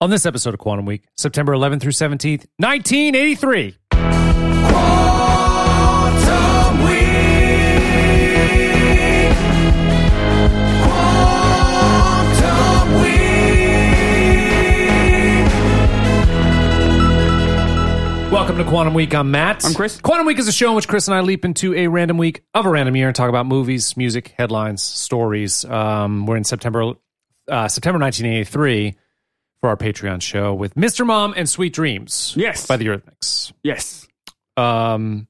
on this episode of Quantum Week, September 11th through 17th, 1983. Welcome to Quantum Week. I'm Matt. I'm Chris. Quantum Week is a show in which Chris and I leap into a random week of a random year and talk about movies, music, headlines, stories. Um, we're in September, uh, September 1983 for our Patreon show with Mr. Mom and Sweet Dreams. Yes. by the Eurythmics. Yes. Um,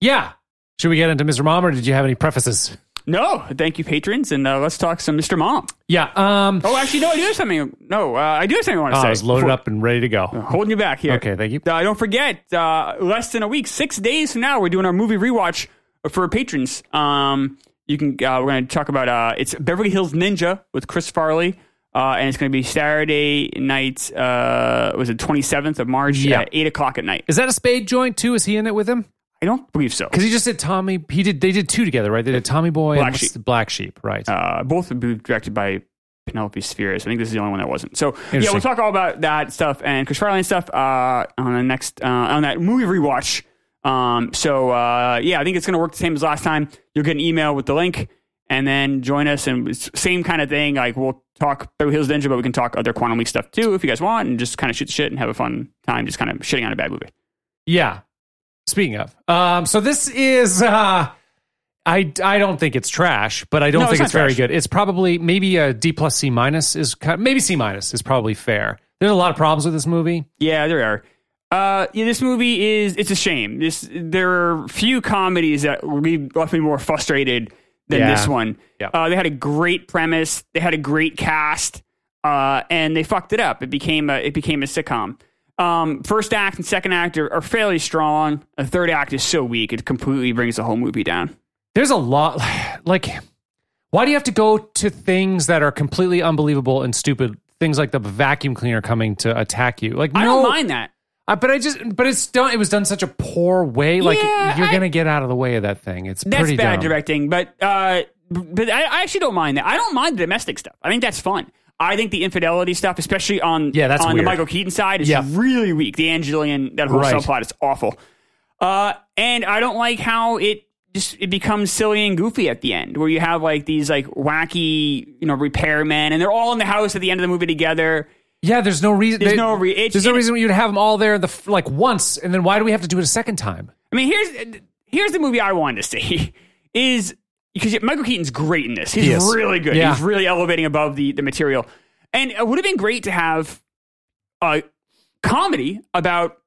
yeah. Should we get into Mr. Mom or did you have any prefaces? No, thank you, patrons, and uh, let's talk some Mr. Mom. Yeah. Um, Oh, actually, no, I do have something. No, uh, I do have something I want to oh, say. I was loaded up and ready to go. Holding you back here. Okay, thank you. Uh, don't forget, uh, less than a week, six days from now, we're doing our movie rewatch for patrons. Um, you can. Uh, we're going to talk about uh, it's Beverly Hills Ninja with Chris Farley, uh, and it's going to be Saturday night. Uh, was it twenty seventh of March Yeah. at eight o'clock at night? Is that a spade joint too? Is he in it with him? I don't believe so. Because he just did Tommy. He did. They did two together, right? They did Tommy Boy Black and what's Sheep. the Black Sheep, right? uh, both would be directed by Penelope Spheres. I think this is the only one that wasn't. So yeah, Interesting. we'll talk all about that stuff and Chris Farley and stuff uh, on the next uh, on that movie rewatch. Um, so uh, yeah, I think it's going to work the same as last time. You'll get an email with the link and then join us and it's same kind of thing. Like we'll talk Beverly Hills Ninja, but we can talk other Quantum Week stuff too if you guys want, and just kind of shoot the shit and have a fun time, just kind of shitting on a bad movie. yeah. Speaking of, um, so this is. Uh, I, I don't think it's trash, but I don't No, think it's it's, not very trash. good. It's probably maybe a D plus C minus is kind maybe C minus is probably fair. There's a lot of problems with this movie. Yeah, there are. Uh, yeah, this movie is it's a shame. This there are few comedies that leave- left me more frustrated than Yeah. this one. Yeah. Uh, they had a great premise. They had a great cast, uh, and they fucked it up. It became a it became a sitcom. Um, first act and second act are, are fairly strong. The third act is so weak it completely brings the whole movie down. there's a lot like why do you have to go to things that are completely unbelievable and stupid things like the vacuum cleaner coming to attack you like no I don't mind that. I- Uh, but i just but it's done it was done such a poor way like Yeah, you're I- gonna get out of the way of that thing it's That's pretty bad dumb. directing, but uh, but I, I actually don't mind that. I don't mind the domestic stuff. I think that's fun. I think the infidelity stuff, especially on Yeah, that's on weird. the Michael Keaton side, is Yeah. really weak. The Angelian that whole Right. subplot is awful. Uh, and I don't like how it just it becomes silly and goofy at the end, where you have like these like wacky you know repairmen, and they're all in the house at the end of the movie together. yeah there's no reason There's no re- it's- there's no it- reason you'd have them all there the f- like once and then why do we have to do it a second time I mean, here's here's the movie I wanted to see is because Michael Keaton's great in this. He's He is. really good. Yeah. He's really elevating above the the material, and it would have been great to have a comedy about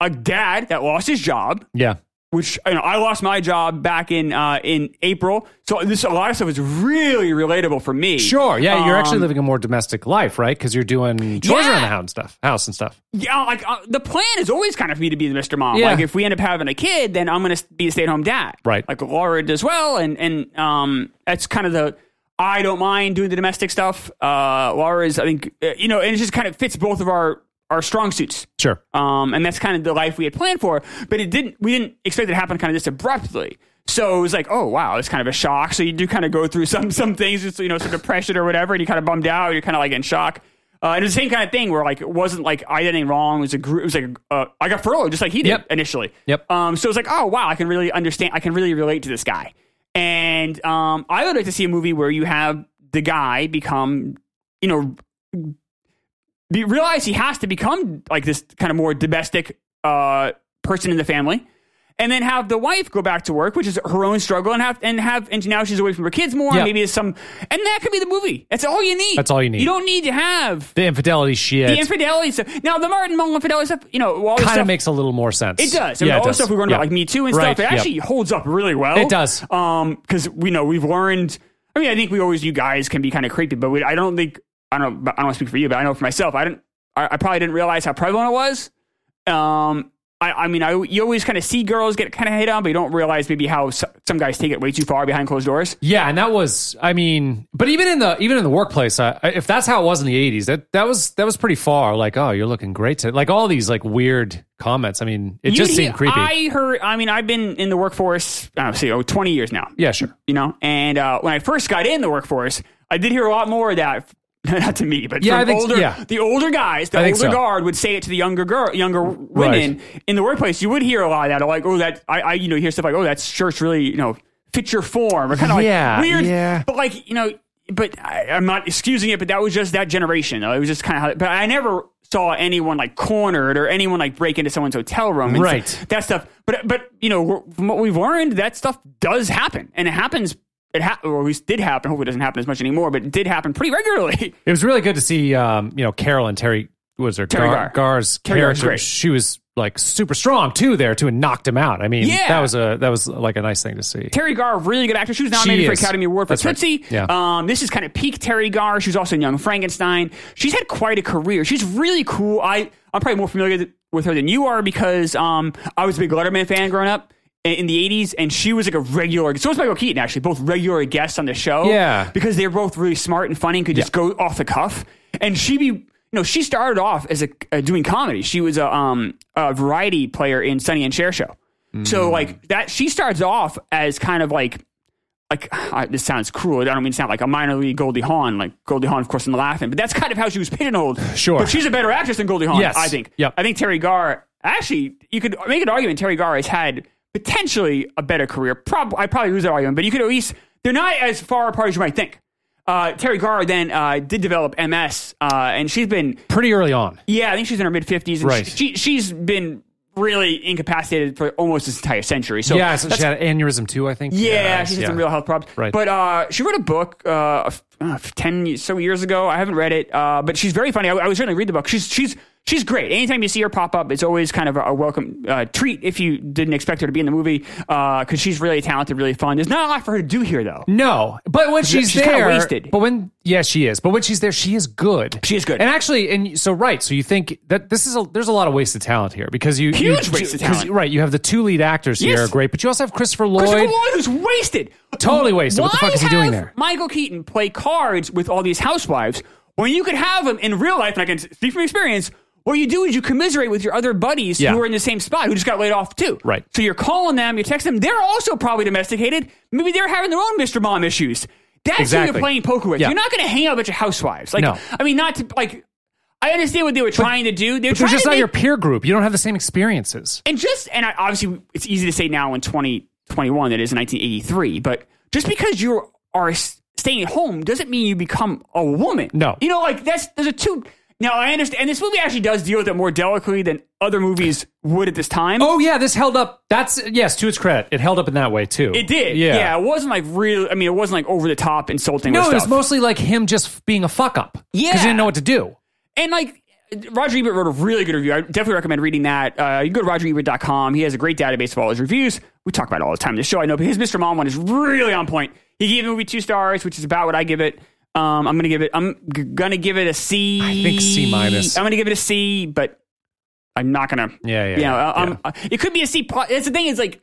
a dad that lost his job. yeah Which you know, I lost my job back in uh, in April, so this a lot of stuff is really relatable for me. sure yeah you're actually Um, living a more domestic life right because you're doing chores Yeah. around the hound stuff house and stuff yeah, like uh, the plan is always kind of for me to be the Mr. Mom. Yeah. Like if we end up having a kid, then I'm going to be a stay at home dad. Right. Like Laura does well, and and um, that's kind of the I don't mind doing the domestic stuff. Uh, Laura is, I think, uh, you know, and it just kind of fits both of our our strong suits. sure Um, and that's kind of the life we had planned for, but it didn't. We didn't expect it to happen kind of just abruptly. So it was like, oh wow, it's kind of a shock. So you do kind of go through some some things, just you know, some depression or whatever, and you kind of bummed out. You're kind of like in shock. Uh, and it's the same kind of thing where like it wasn't like I did anything wrong. It was a group. It was like uh, I got furloughed just like he did Yep. initially. Yep. Um. So it's like, oh wow, I can really understand. I can really relate to this guy. And um, I would like to see a movie where you have the guy become, you know, be, realize he has to become like this kind of more domestic uh, person in the family, and then have the wife go back to work, which is her own struggle, and have and have and now she's away from her kids more. Yeah. Maybe it's some, and that could be the movie. That's all you need. That's all you need. You don't need to have the infidelity shit the infidelity stuff. Now the Martin Mull infidelity stuff, you know, all this kind of stuff. makes a little more sense It does. I mean, all the stuff we learned Yeah. about, like Me Too and Right, stuff, it yeah. actually holds up really well. It does. Um, because we know we've learned. I mean, I think we always, you guys can be kind of creepy, but we, I don't think I don't. know- I don't want to speak for you, but I know for myself, I didn't. I, I probably didn't realize how prevalent it was. Um, I, I mean, I you always kind of see girls get kind of hit on, but you don't realize maybe how so, some guys take it way too far behind closed doors. Yeah, and that was, I mean, but even in the even in the workplace, I, I- if that's how it was in the '80s, that that was that was pretty far. Like, oh, you're looking great. To, like all these like weird comments. I mean, it just You'd seemed hear- creepy. I heard. I mean, I've been in the workforce. I don't know, see, oh, 20 years now. yeah, sure. you know. And uh, when I first got in the workforce, I did hear a lot more of that not to me, but Yeah, from I think- older, yeah. the older guys, the I older think so. guard would say it to the younger girl, younger women in the workplace. You would hear a lot of that, like, oh, that I, I, you know, hear stuff like, oh, that shirt's really, you know, fits your form, or kind of Yeah, like weird, yeah. but like, you know, but I, I'm not excusing it, but that was just that generation. Though. It was just kind of, how, but I never saw anyone like cornered or anyone like break into someone's hotel room, and Right. stuff- that stuff. But but you know, we're- from what we've learned, that stuff does happen, and it happens. It ha- or at least did happen. Hopefully, it doesn't happen as much anymore, but it did happen pretty regularly. It was really good to see, um, you know, Carol and Terry what was her Terry Gar. Gar's Terry Gar's character. great. She was like super strong too there too, and knocked him out. I mean, Yeah. that was a that was like a nice thing to see. Terry Gar, really good actor. She was nominated She for is. Academy Award for That's right. Tootsie. Yeah. Um, this is kind of peak Terry Gar. She was also in Young Frankenstein. She's had quite a career. She's really cool. I I'm probably more familiar th- with her than you are because um, I was a big Letterman fan growing up in- in the 80s and she was like a regular so was Michael Keaton actually both regular guests on the show Yeah. because they're both really smart and funny and could just go off the cuff and she be you know she started off as a uh, doing comedy she was a um a variety player in Sunny and Cher show so like that she starts off as kind of like like I, this sounds cruel. I don't mean to sound like a minor league Goldie Hawn, like Goldie Hawn, of course, in laughing, but that's kind of how she was pigeonholed. Sure. but she's a better actress than Goldie Hawn, Yes. I think. Yep. I think Terry Garr actually, you could make an argument Terry Garr has had potentially a better career. Prob- I probably lose that argument, but you could at least they're not as far apart as you might think. Uh, Terry Garr then uh, did develop MS, uh, and she's been Pretty early on. yeah, I think she's in her mid fifties, and Right. she, she has been really incapacitated for almost this entire century. So yeah, so that's she had an aneurysm too, I think. yeah, Yes, she had some real health problems. Right. But uh, she wrote a book uh, f- uh, f- ten y- so years ago. I haven't read it, uh, but she's very funny. I, I would certainly read the book. She's she's she's great. Anytime you see her pop up, it's always kind of a, a welcome uh, treat if you didn't expect her to be in the movie because she's really talented, really fun. There's not a lot for her to do here though. No, but when she's, she's kinda there, wasted. But when yeah, she is. But when she's there, she is good. She is good. And actually, and so right. So you think that this is a there's a lot of wasted talent here because you you- Huge wasted 'cause, talent. Right, you have the two lead actors Yes. here, are great, but you also have Christopher Lloyd. Christopher Lloyd was wasted. Totally wasted. What the Why fuck is he doing have there? Michael Keaton play cards with all these housewives when you could have him in real life, and I can speak from experience. What you do is you commiserate with your other buddies Yeah. who are in the same spot who just got laid off too. Right. So you're calling them, you're texting them. They're also probably domesticated. Maybe they're having their own Mr. Mom issues. That's who Exactly. you're playing poker with. Yeah. You're not going to hang out with your housewives. Like, No. I mean, not to like. I understand what they were trying to do. They're They're trying just to not make your peer group. You don't have the same experiences. and just and I, obviously it's easy to say now in 2021 that is 1983 but just because you are s- staying at home doesn't mean you become a woman No. you know like that's there's a two now i understand and this movie actually does deal with it more delicately than other movies would at this time Oh yeah, this held up. That's yes, to its credit, it held up in that way too. it did Yeah. it wasn't like real i mean it wasn't like over the top insulting No, with it was stuff. mostly like him just being a fuck up. Yeah. because he didn't know what to do. and like Roger Ebert wrote a really good review. I definitely recommend reading that. Uh, you can go to rogerebert.com. He has a great database of all his reviews. We talk about it all the time in the show. I know, but his Mr. Mom one is really on point. He gave the movie two stars, which is about what I give it. Um, I'm gonna give it. I'm g- gonna give it a C. I think C minus. I'm gonna give it a C, but I'm not gonna. Yeah, yeah, You know, yeah. uh, um, uh, it could be a C plus. That's the thing. Is like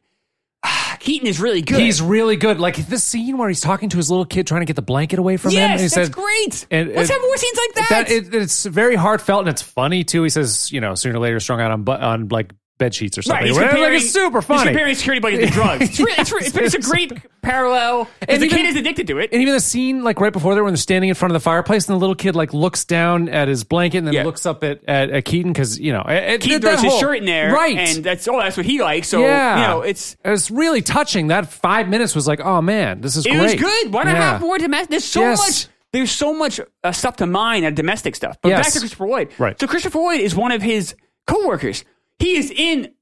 Keaton is really good. He's really good. Like this scene where he's talking to his little kid, trying to get the blanket away from him. yes, And he that's said, great. and- and- Let's have more scenes like that. that it, it's very heartfelt and it's funny too. He says, you know, sooner or later, strung out on bu- on like bed sheets or something. Right, he's Where, like, comparing, it's super He's funny. comparing security blanket to drugs. It's, really, it's, really- it's, it's a Yes. great parallel. And And the even- kid is addicted to it. and even the scene like right before there when they're standing in front of the fireplace and the little kid like looks down at his blanket and then Yeah. looks up at at, at Keaton because you know it, He it, throws that his whole- shirt in there, right And that's oh, that's what he likes. So yeah you know, it's it was really touching that five minutes was like oh man this is it great was good. Why not Yeah. have more domestic? There's so Yes. much. There's so much uh, stuff to mine at domestic stuff. But back Yes. to Christopher Lloyd. Right. So Christopher Lloyd is one of his coworkers. He is in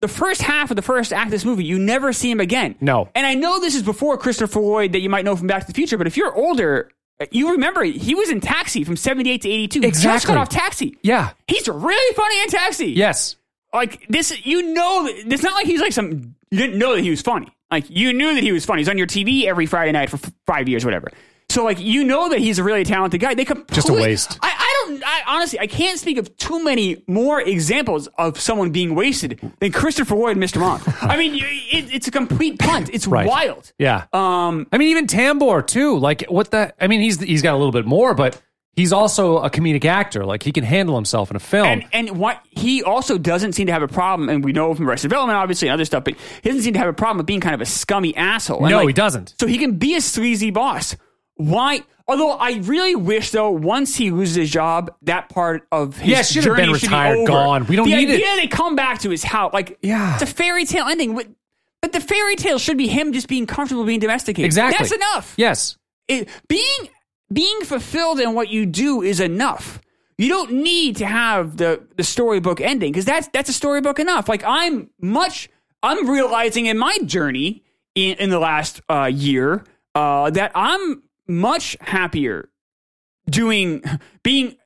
the first half of the first act of this movie. You never see him again. No. And I know this is before Christopher Lloyd that you might know from Back to the Future. But if you're older, uh, you remember he was in Taxi from '78 to '82. Just Exactly. cut off Taxi. yeah He's really funny in Taxi yes like this you know it's not like he's like some you didn't know that he was funny like you knew that he was funny he's on your tv every friday night for f- five years whatever so like you know that he's a really talented guy they complete, Just a waste. I, I don't i honestly i can't speak of too many more examples of someone being wasted than christopher lloyd and mr mom i mean you- it, it's a complete punt it's Right. wild yeah um I mean, even Tambor too. Like, what the? I mean, he's he's got a little bit more, but he's also a comedic actor. Like, he can handle himself in a film. And and what he also doesn't seem to have a problem, and we know from Arrested Development, obviously, and other stuff, but he doesn't seem to have a problem with being kind of a scummy asshole. And, No, like, he doesn't. So he can be a sleazy boss. Why? Although I really wish though, once he loses his job, that part of his Yeah, it should have journey been should be retired, over. gone. We don't the need it. idea they come back to his house, like Yeah. it's a fairy tale ending. But- But the fairy tale should be him just being comfortable being domesticated. Exactly. That's enough Yes. it, being being fulfilled in what you do is enough. You don't need to have the the storybook ending because that's that's a storybook enough. Like I'm much I'm realizing in my journey in, in the last uh, year uh, that I'm much happier doing being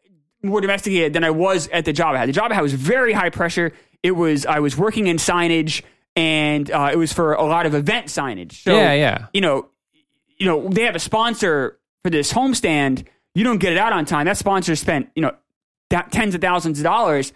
more domesticated than I was at the job I had. The job I had was very high pressure. It was I was working in signage and uh, it was for a lot of event signage. So, Yeah, yeah. You know, you know, they have a sponsor for this homestand. You don't get it out on time. That sponsor spent, you know, th- tens of thousands of dollars.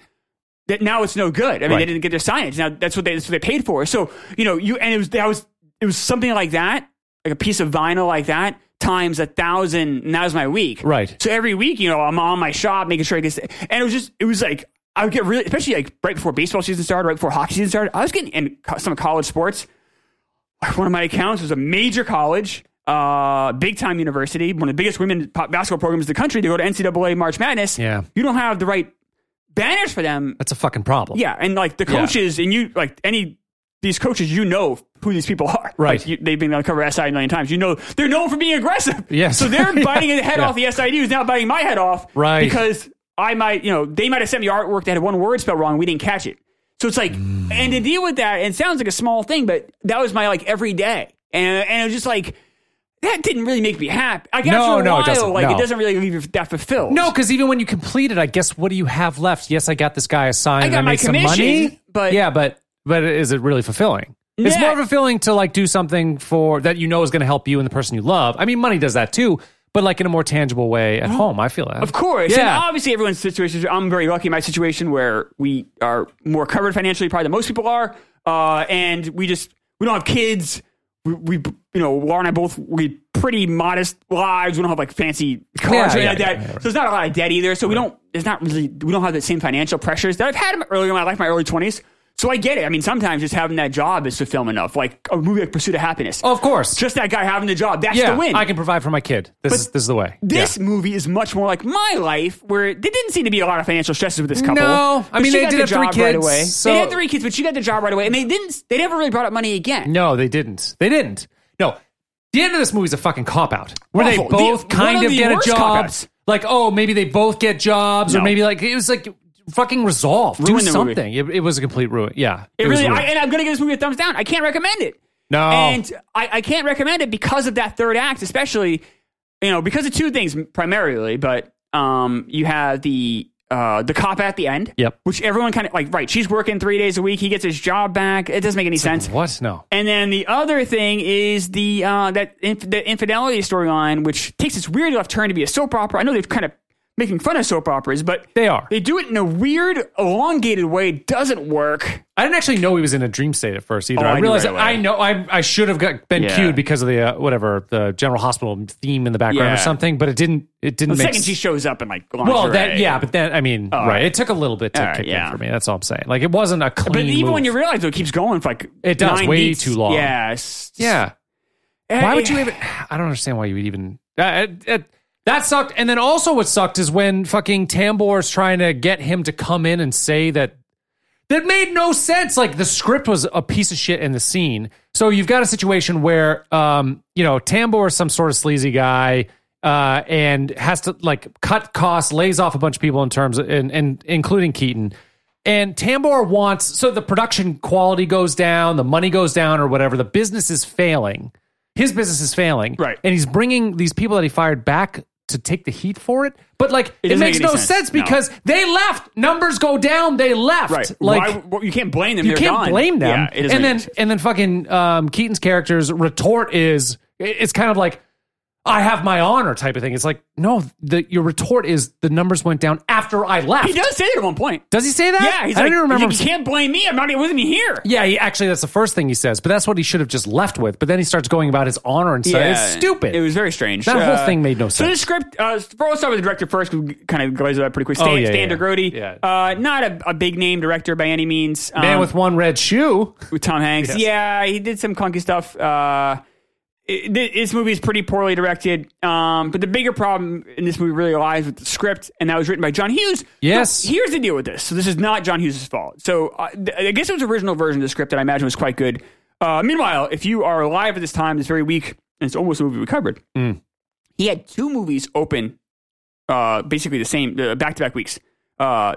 That now it's no good. I mean, Right. they didn't get their signage. Now that's what they that's what they paid for. So you know, you and it was that was it was something like that, like a piece of vinyl like that times a thousand. And that was my week. Right. So every week, you know, I'm on my shop making sure I get. And it was just, it was like I would get really, especially like right before baseball season started, right before hockey season started. I was getting in co- some college sports. One of my accounts was a major college, uh, big time university, one of the biggest women po- basketball programs in the country. They go to NCAA March Madness. Yeah. you don't have the right banners for them. That's a fucking problem. Yeah, and like the Yeah. coaches, and you like any these coaches, you know who these people are. Right. Like, you, they've been on cover SI a million times. You know they're known for being aggressive. Yes. So they're Yeah. biting the head Yeah. off the SID who's now biting my head off. Right. Because I might, you know, they might have sent me artwork that had one word spelled wrong. We didn't catch it. So it's like, Mm. and to deal with that, and it sounds like a small thing, but that was my like every day, and and it was just like. That didn't really make me happy. Like No, no, after a it while, doesn't. like No. it doesn't really leave you that fulfilled. No, because even when you complete it, I guess what do you have left? Yes, I got this guy assigned. I got and my made some commission, money, but- yeah, but but is it really fulfilling? It's Yeah. more fulfilling to like do something for that you know is going to help you and the person you love. I mean, money does that too, but like in a more tangible way at home. I feel that, Oh. Of course. And Yeah. obviously, everyone's situation. I'm very lucky in my situation where we are more covered financially, probably than most people are. Uh, and we just, we don't have kids. We, we, you know, Laura and I both lead pretty modest lives. We don't have like fancy cars Yeah, or anything yeah, like yeah, that. yeah, right. So there's not a lot of debt either. So we don't, there's not really, we don't have the same financial pressures that I've had in my- earlier in my life, my early 20s. So I get it. I mean, sometimes just having that job is fulfillment enough. Like a movie like Pursuit of Happiness. of course. Just that guy having the job. That's yeah, the win. I can provide for my kid. This is this is the way. This movie is much more like my life, where there didn't seem to be a lot of financial stresses with this couple. No. I But mean, she they got did the have three job Right kids, away. so- They had three kids, but she got the job right away, and they didn't. They never really brought up money again. No, they didn't. They didn't. No. The end of this movie is a fucking cop out. Where they Awful. The- both kind one of, of the get a worst job. cop-outs. Like, oh, maybe they both get jobs, or No. maybe like it was like fucking resolve. Do Ruined the movie. something. It, it was a complete ruin. Yeah. It, was really. I, ruined. and I'm gonna give this movie a thumbs down. I can't recommend it. No. And I, I can't recommend it because of that third act, especially, you know, because of two things primarily. But um, you have the uh, the cop at the end. Yep. Which everyone kind of like. Right. She's working three days a week. He gets his job back. It doesn't make any sense. what? No. And then the other thing is the uh, that inf- the infidelity storyline, which takes this weird left turn to be a soap opera. I know they're kind of making fun of soap operas, but They are. they do it in a weird, elongated way. It Doesn't work. I didn't actually know he was in a dream state at first either. Oh, I I knew realized right that I away. know I, I should have got been Yeah. cued because of the uh, whatever the General Hospital theme in the background or Yeah. something, but it didn't. It didn't The make second she shows up in like lingerie. Well, that yeah, but then I mean, right? right. It took a little bit to All right, kick yeah. in for me. That's all I'm saying. Like it wasn't a clean. But even move. when you realize though, it keeps going for like It does, nine way beats. too long. Yes. yeah, Eh, why would you even? I don't understand why you would even. Uh, it, it- that sucked. And then also, what sucked is when fucking Tambor's trying to get him to come in and say that. That made no sense. Like the script was a piece of shit in the scene. So you've got a situation where, um, you know, Tambor is some sort of sleazy guy, uh, and has to like cut costs, lays off a bunch of people in terms, of, and, and including Keaton. And Tambor wants so the production quality goes down, the money goes down, or whatever. The business is failing. His business is failing, Right. And he's bringing these people that he fired back to take the heat for it. But like, it, doesn't makes make any no sense, sense. No. because they left. Numbers go down. They left. Right. Like Why- well, you can't blame them. you They're can't gone. blame them. Yeah, it doesn't and make then any sense. and then fucking um, Keaton's character's retort is it- it's kind of like I have my honor type of thing. It's like no, the, your retort is the numbers went down after I left. he does say that at one point. Does he say that? Yeah, he's I like, don't even remember. him You can't blame me. I'm not even with me here. yeah, he, actually, that's the first thing he says, but that's what he should have just left with. But then he starts going about his honor and stuff. it's stupid. It was very strange. Uh, That whole thing made no So the sense. script, uh, well, let's start with the director first. 'cause We kind of glazed it up pretty quick. Stan, Oh, yeah, Stan yeah, DeGrody, yeah. Uh, not a, a big name director by any means. Um, Man with one red shoe. with Tom Hanks. Yes. Yeah, he did some clunky stuff. Uh, it, th- this movie is pretty poorly directed. Um, but the bigger problem in this movie really lies with the script, and that was written by John Hughes. Yes. So here's the deal with this. So this is not John Hughes' fault. So uh, th- I guess it was the original version of the script that I imagine was quite good. Uh, meanwhile, if you are alive at this time, this very week, and it's almost a movie we covered. Mm. He had two movies open, uh, basically the same back to back weeks. Uh,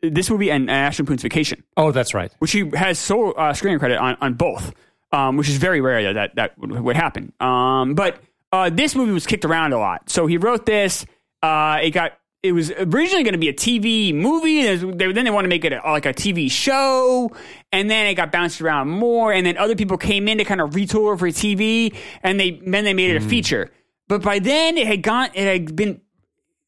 this movie and, and Ashton Poon's Vacation Oh, that's right. which he has sole uh, screen credit on, on both, um, which is very rare that that, that would, would happen. Um, but uh, this movie was kicked around a lot, so he wrote this. Uh, it got it was originally going to be a TV movie. There's- they- Then they wanted to make it a, like a TV show, and then it got bounced around more. And then other people came in to kind of retool it for TV, and they then they made it a feature. But by then it had gone. It had been.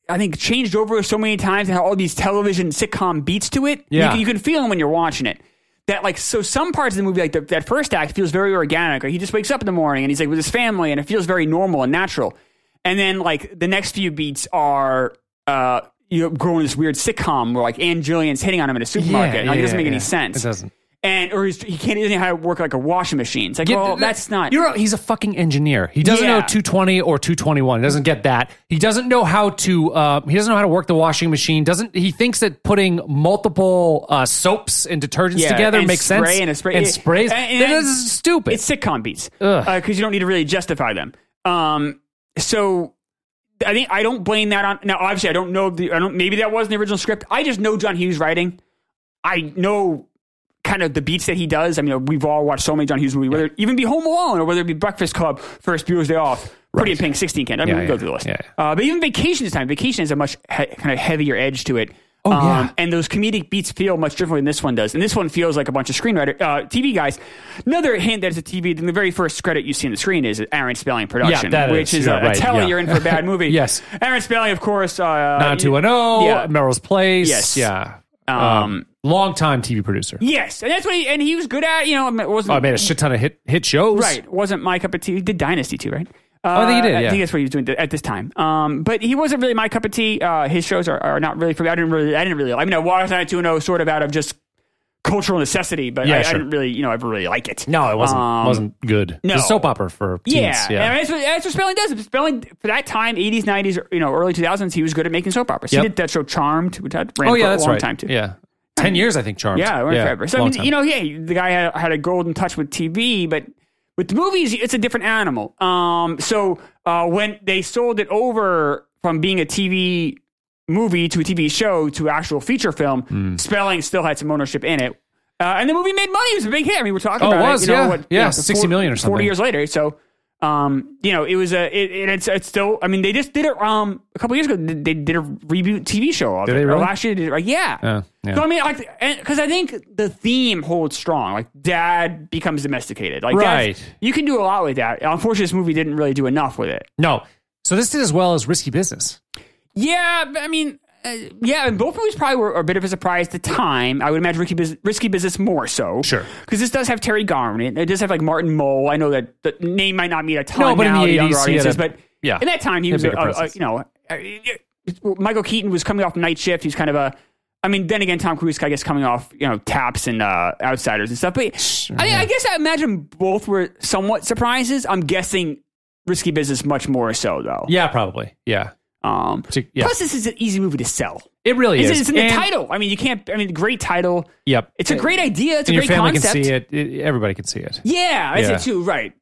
I think changed over so many times and had all these television sitcom beats to it. You Yeah. can- you can feel them when you're watching it that like so some parts of the movie like the, that first act feels very organic like he just wakes up in the morning and he's like with his family and it feels very normal and natural and then like the next few beats are uh you know growing this weird sitcom where like Ann Jillian's hitting on him in a supermarket and like, it doesn't make any sense It doesn't. and or he's, he can't even how to work like a washing machine it's like Get- well th- that's not You're right. He's a fucking engineer. He doesn't know Yeah. 220 or 221. He doesn't get that. He doesn't know how to. Uh, he doesn't know how to work the washing machine. Doesn't he thinks that putting multiple uh, soaps and detergents Yeah, together and makes spray sense? and a spray- and sprays. And- and- that is stupid. It's sitcom beats Ugh. because you don't need to really justify them. Um, so I think I don't blame that on. Now, obviously, I don't know. The, I don't. Maybe that wasn't the original script. I just know John Hughes writing. I know kind of the beats that he does. I mean, we've all watched so many John Hughes movies, whether it even be Home Alone or whether it be Breakfast Club, First Viewers Day Off, Pretty in Pink, Sixteen Candles. I mean, Yeah, we go yeah, through the list. yeah. Uh, but even Vacation this time, Vacation has a much he- kind of heavier edge to it. Um, Oh, yeah. And those comedic beats feel much different than this one does. And this one feels like a bunch of screenwriter, uh, TV guys. Another hint that it's a TV, then the very first credit you see on the screen is Aaron Spelling production, that which is- is, yeah, a, a right, tell yeah. you're in for a bad movie. Yes. Aaron Spelling, of course. Uh, Nine two one oh. zero. yeah. Merrill's Place. Yes. Yeah. Um, Long time TV producer. yes. And that's what he, and he was good at, you know, it wasn't, Oh, I made a shit ton of hit hit shows. Right. Wasn't my cup of tea. He did Dynasty too, right? Uh, Oh, I think he did, yeah. I think that's what he was doing th- at this time. Um, but he wasn't really my cup of tea. Uh, his shows are, are not really for me. I didn't really. I didn't really. I mean, I watched Night Two and sort of out of just cultural necessity, but Yeah, I, I sure. didn't really, you know, ever really like it. No, it wasn't. Um, wasn't good. no. It was a soap opera for teens. Yeah, Yeah. And that's, what, that's what Spelling does. Spelling for that time, eighties, nineties, you know, early two thousands, he was good at making soap operas. Yep. He did that show Charmed, which had ran Oh for yeah, a that's long right. time too. Yeah, ten years I think. Charmed. Yeah, it went forever. So I long mean, time. you know, yeah, the guy had, had a golden touch with TV, but with the movies, it's a different animal. Um, so uh, when they sold it over from being a TV movie to a TV show to actual feature film, Hmm. Spelling still had some ownership in it. Uh, and the movie made money. It was a big hit. I mean, we're talking Oh, it about was, it. You yeah. know, what, Yeah, you know, 60 million or Forty something. years later. So, um, you know, it was a. It, and it's it's still. I mean, they just did it. Um, a couple years ago, they they did a reboot TV show. Of Did it. they Or really? Last year, they did. it, Like, yeah. Yeah, yeah. So I mean, like, because I think the theme holds strong. Like, dad becomes domesticated. Like, that's- Right. You can do a lot with that. Unfortunately, this movie didn't really do enough with it. no. So this did as well as Risky Business. Yeah, but I mean, uh, yeah, and both movies probably were a bit of a surprise at the time. I would imagine Ricky Bus- Risky Business more so. Sure. Because this does have Terry Garn in it. It does have like Martin Mole. I know that the name might not mean a ton No, but in now the to younger 80s, he had audiences, a- but yeah, in that time, he had was, a, bigger a- a- presence. you know, a- well, Michael Keaton was coming off Night Shift. He's kind of a, I mean, then again, Tom Cruise, I guess, coming off, you know, Taps and uh, Outsiders and stuff. But I, I guess I imagine both were somewhat surprises. I'm guessing Risky Business much more so, though. Yeah, probably. Yeah, Um, To- yeah. Plus, this is an easy movie to sell. it really It's, is. it's in the And- title. I mean, you can't. I mean, great title. Yep. It's a great idea. It's And a your great family concept. can see it. It- Everybody can see it. Yeah, I Yeah. it too. Right.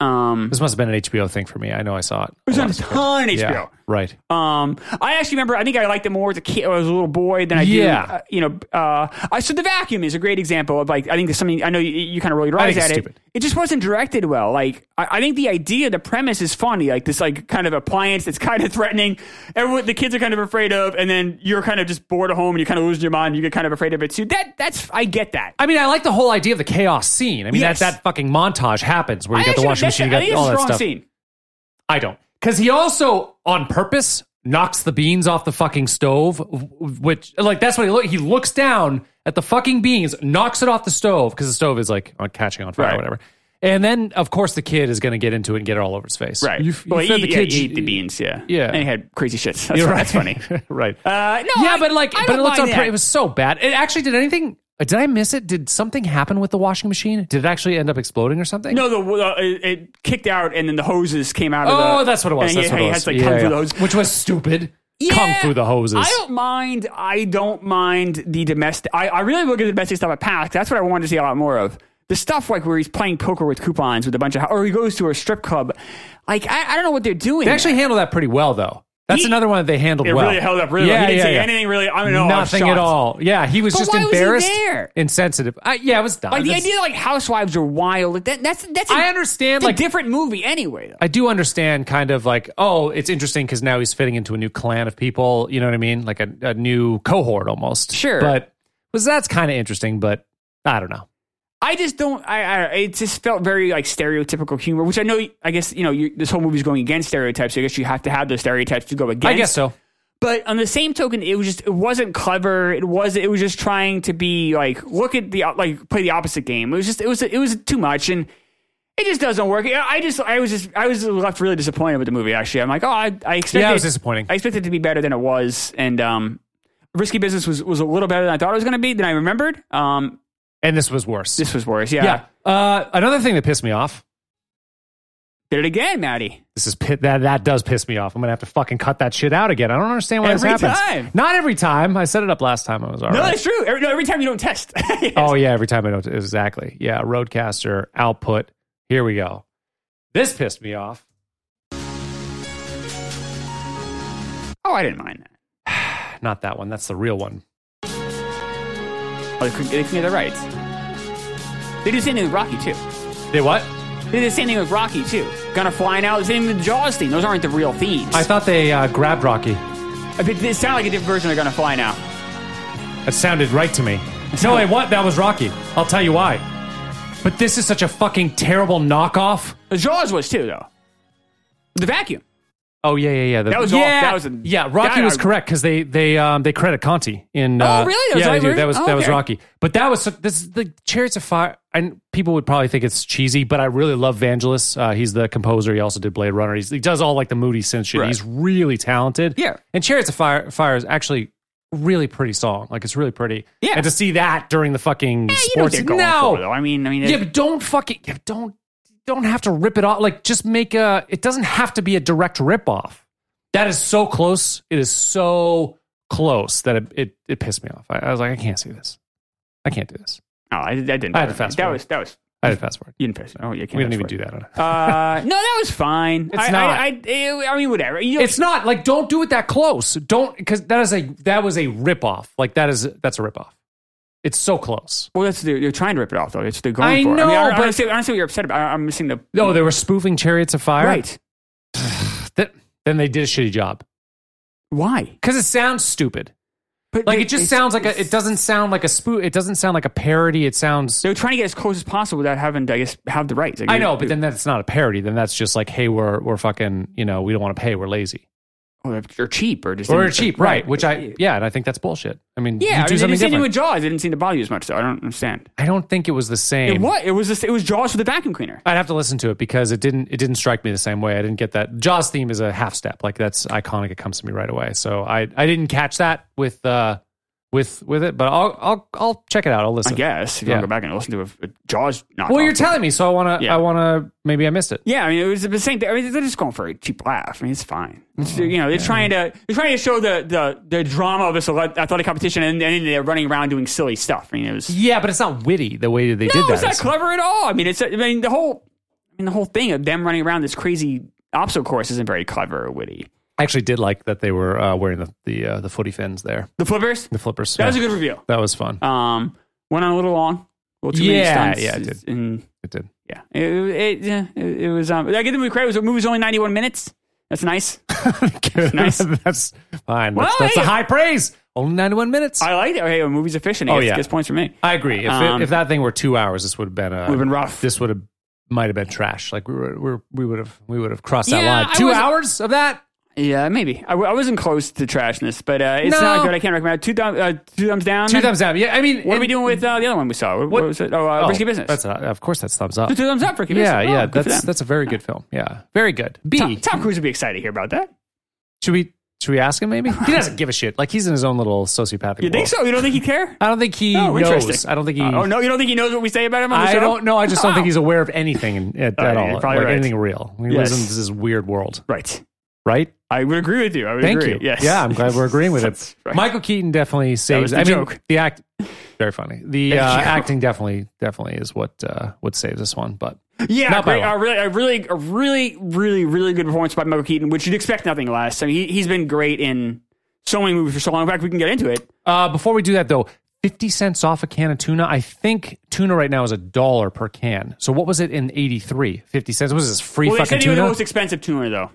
Um, This must have been an HBO thing for me. I know I saw it. it was on a ton of Yeah. HBO. Right. Um, I actually remember. I think I liked it more as a kid, as a little boy, than I Yeah. do. Uh, you know, uh, I, so the vacuum is a great example of like. I think there's something. I know you, you kind of roll your eyes think at it's it. stupid. It just wasn't directed well. Like I, I think the idea, the premise is funny. Like this, like kind of appliance that's kind of threatening. Everyone, the kids are kind of afraid of, and then you're kind of just bored at home, and you kind of lose your mind. You get kind of afraid of it too. That that's I get that. I mean, I like the whole idea of the chaos scene. I mean, Yes. that that fucking montage happens where you got I the washing actually- that's- machine, I you think got it's all a that strong stuff. Scene. I don't. Because he also, on purpose, knocks the beans off the fucking stove, wh- which, like, that's what he look. He looks down at the fucking beans, knocks it off the stove, because the stove is, like, on, catching on fire Right. or whatever. And then, of course, the kid is going to get into it and get it all over his face. Right. You, f- you well, fed he, the yeah, kid. he ate the beans. Yeah. Yeah. And he had crazy shits. That's, You're that's funny. right. Uh, no. yeah, I- but, like, I but don't it looks mind on pur- that. It was so bad. It actually did anything. Uh, Did I miss it? Did something happen with the washing machine? Did it actually end up exploding or something? No, the uh, it, it kicked out, and then the hoses came out. of the, Oh, that's what it was. And That's he, what he it has was. to, like, come Yeah, through the yeah. hoses. Which was stupid. Kung Yeah, Fu the hoses. I don't mind. I don't mind the domestic. I, I really look at the domestic stuff at PAX. That's what I wanted to see a lot more of. The stuff like where he's playing poker with coupons with a bunch of, or he goes to a strip club. Like I, I don't know what they're doing. They actually handled that pretty well, though. That's He- another one that they handled it well. really held up really. Yeah, well. He didn't yeah, say yeah. anything really. I mean, oh, I'm Nothing at shocked. all. Yeah, he was just why was he embarrassed, there? insensitive. I, yeah, it was dumb. Like the That's- idea, like housewives are wild. Like, That, that's that's. a- I understand, it's like- a different movie anyway. Though. I do understand, kind of like, oh, it's interesting because now he's fitting into a new clan of people. You know what I mean? Like a, a new cohort almost. Sure. but was that's kind of interesting, but I don't know. I just don't. I, I it just felt very like stereotypical humor, which I know. I guess you know you, this whole movie's going against stereotypes. So I guess you have to have those stereotypes to go against. I guess so. But on the same token, it was just it wasn't clever. It was it was just trying to be like look at the like play the opposite game. It was just it was it was too much and. It just doesn't work. I I just, I was just, I was left really disappointed with the movie. Actually, I'm like, oh, I, I expected, Yeah, it was disappointing. I expected it to be better than it was, and um, risky business was was a little better than I thought it was going to be than I remembered. Um, and this was worse. this was worse. Yeah, yeah. Uh, another thing that pissed me off. did it again, Maddie. This is pi- that that does piss me off. I'm gonna have to fucking cut that shit out again. I don't understand why Every this happens. time. Not every time. I said it up last time. I was alright. No, that's true. Every, no, every time you don't test. Yes. Oh yeah, every time I know exactly. Yeah, Roadcaster output. Here we go. This pissed me off. Oh, I didn't mind that. Not that one. That's the real one. Oh, they couldn't, they couldn't get the rights. They do the same thing with Rocky too. They what? They did the same thing with Rocky too. Gonna fly now. The same thing with Jaws theme. Those aren't the real themes. I thought they uh, grabbed Rocky. I think they sound like a different version of Gonna Fly Now. That sounded right to me. No, I want that was Rocky. I'll tell you why. But this is such a fucking terrible knockoff. The Jaws was too though. The vacuum. Oh yeah, yeah, yeah. The- That was yeah, all- that was a- yeah. Rocky that- was correct because they they um they credit Conti in. Oh really? That was yeah, they Oliver? do. that was Oh, that was okay. Rocky. But that was this is the Chariots of Fire, and people would probably think it's cheesy, but I really love Vangelis. Uh, he's the composer. He also did Blade Runner. He's, he does all like the moody synth shit. Right. He's really talented. Yeah. And Chariots of Fire Fire is actually really pretty song. Like it's really pretty. Yeah. And to see that during the fucking You know what sports they're going no. for though. I mean, I mean, Yeah, but don't fucking yeah, don't don't have to rip it off. Like just make a. It doesn't have to be a direct rip off. That is so close. It is so close that it it, it pissed me off. I, I was like, I can't see this. I can't do this. oh, I, that didn't. I had to fast that forward. was that was. I did fast forward. You didn't pass. Oh, you can't. We didn't fast even forward. do that. On it. Uh, no, that was fine. It's I, not. I, I, eh, I mean, whatever. You know, It's not like don't do it that close. Don't because that is a that was a rip off. Like that is that's a rip off. It's so close. Well, that's they're, they're trying to rip it off though. It's they're going I for. It. I, mean, know, I, don't- I but- don't see, I don't see what you're upset about. I, I'm missing the No, Oh, they were spoofing Chariots of Fire. right. Th- then they did a shitty job Why? because it sounds stupid. But Like they- it just it's- sounds like a. it's- It doesn't sound like a spoo. It doesn't sound like a parody. It sounds. They're trying to get as close as possible without having to, I guess, have the rights. Like, I you- know, but then that's not a parody. Then that's just like, hey, we're we're fucking. You know, we don't want to pay. We're lazy. or they're- they're cheap, or just Or we're didn't- cheap, right? Which I yeah, and I think that's bullshit. I mean, yeah. you I do mean, they something didn't seem to different. with Jaws. It didn't seem to bother you as much, so I don't understand. I don't think it was the It same. what? It was just, it was Jaws for the vacuum cleaner. I'd have to listen to it because it didn't it didn't strike me the same way. I didn't get that Jaws theme is a half step. Like that's iconic. It comes to me right away. So I I didn't catch that with uh with with it, but I'll I'll I'll check it out. I'll I listen. guess if you Yeah. want to go back and listen to a, a Jaws. Knockoff. Well, you're telling me, so I wanna Yeah. I wanna maybe I missed it. Yeah, I mean, it was the same thing. I mean, they're just going for a cheap laugh. I mean, it's fine. It's, Oh, you know, they're trying to they're trying to show the the, the drama of a select athletic competition, and then they're running around doing silly stuff. I mean, it was Yeah, but it's not witty the way that they no, did that. it's not clever at all. I mean, it's I mean the whole I mean the whole thing of them running around this crazy obstacle course isn't very clever or witty. I actually did like that they were uh, wearing the the uh, the footy fins there, The flippers the flippers. that was a Yeah. good review. That was fun. Um, went on a little long, a little too Yeah, many stunts. yeah, it did. and it did. yeah, it it, yeah, it, it was. Um, I get the movie credit. It was- The movie was only ninety one minutes. That's nice. nice. that's fine. Well, that's that's a hey. high praise. Only ninety one minutes. I, I like that. Hey, a movie's efficient. It Oh, gets, yeah. gets points for me. agree. If Um, it, if that thing were two hours, this would have been a Would've been rough. This would have might have been trash. Like we were, we're we would have we would have crossed that Yeah, line. I Two wasn't- hours of that. Yeah, maybe. I, w- I wasn't close to trashness, but uh, it's No. not good. I can't recommend it. Two, thumb, uh, two thumbs down. Two thumbs up. Yeah, I mean, What are and- we doing with uh, the other one we saw? What, what was it? Oh, uh, oh, Risky Business. That's not, of course that's thumbs up. two thumbs up, Risky Yeah, Business. yeah. Oh, good for That's them. that's a very good film. Yeah, very good. B. Tom, Tom Cruise would be excited to hear about that. Should we Should we ask him? Maybe he doesn't give a shit. Like he's in his own little sociopathic. You think so? You don't think he'd care? I don't think he Oh, knows. interesting. I don't think he. oh no, you don't think he knows what we say about him? On the I show? don't know. I just don't Wow. think he's aware of anything in- at, at Alright, all. Oh, you're Like probably right. anything real. He Yes. lives in this weird world, Ah, Right. right? I would agree with you. I would Thank agree. you. Yes. Yeah, I'm glad we're agreeing with it. That's right. Michael Keaton definitely saves. was the I mean, joke. the act. Very funny. The Thank uh, you. acting definitely, definitely is what uh, what saves this one. But Yeah, Not by great. a lot. A really, a really, a really, really, really good performance by Michael Keaton, which you'd expect nothing less. I mean, he, he's been great in so many movies for so long. In fact, we can get into it. uh, before we do that, though, fifty cents off a can of tuna. I think tuna right now is a dollar per can. So what was it in '83? Fifty cents. What was this free Well, they fucking said he was the tuna? most expensive tuna, though.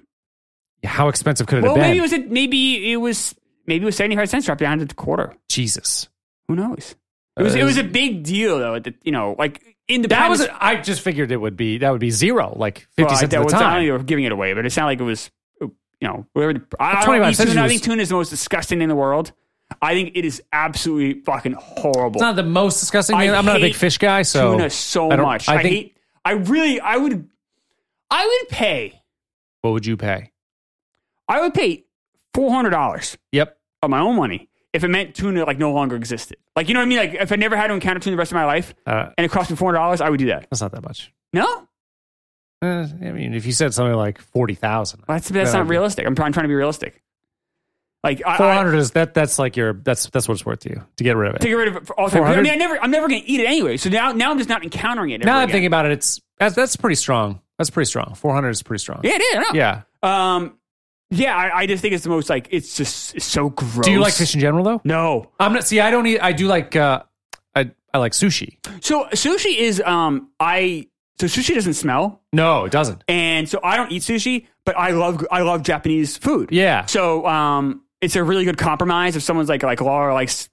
How expensive could it Well, have been? maybe it was a, maybe it was maybe it was seventy five cents dropped down to the quarter. Jesus. Who knows? It was Uh, it was a big deal though. At the, you know, like in the That was. I just figured it would be that would be zero, like fifty well, I, cents at that the was, I don't know if time. they were giving it away, but it sounded like it was you know whatever. The, I, 25 I, don't eat cents tuna. I was- think tuna is the most disgusting in the world. I think it is absolutely fucking horrible. It's not the most disgusting. I thing. I'm not a big hate fish guy, so tuna so I don't- much. I I, think- hate. I really. I would. I would pay. what would you pay? I would pay four hundred dollars Yep. of my own money if it meant tuna like no longer existed. Like you know what I mean? Like if I never had to encounter tuna the rest of my life Uh, and it cost me four hundred dollars, I would do that. that's not that much. No, Uh, I mean, if you said something like forty thousand, that's that's No. not realistic. I'm trying, trying to be realistic. Like I, four I hundred is that. That's like your. That's that's what it's worth to you to get rid of it. to get rid of it for all time. 400? I mean, I never, I'm never going to eat it anyway. So now, now I'm just not encountering it. Ever Now that I'm again. thinking about it, it's that's, that's pretty strong. That's pretty strong. Four hundred is pretty strong. Yeah, it is. I know. Yeah. Um, yeah, I, I just think it's the most like it's just it's so gross. Do you like fish in general though? No. I'm not. See, I don't eat. I do like. uh I I like sushi. So sushi is um I so sushi doesn't smell. No, it doesn't. and so I don't eat sushi, but I love I love Japanese food. Yeah. So um, it's a really good compromise if someone's like like Laura likes.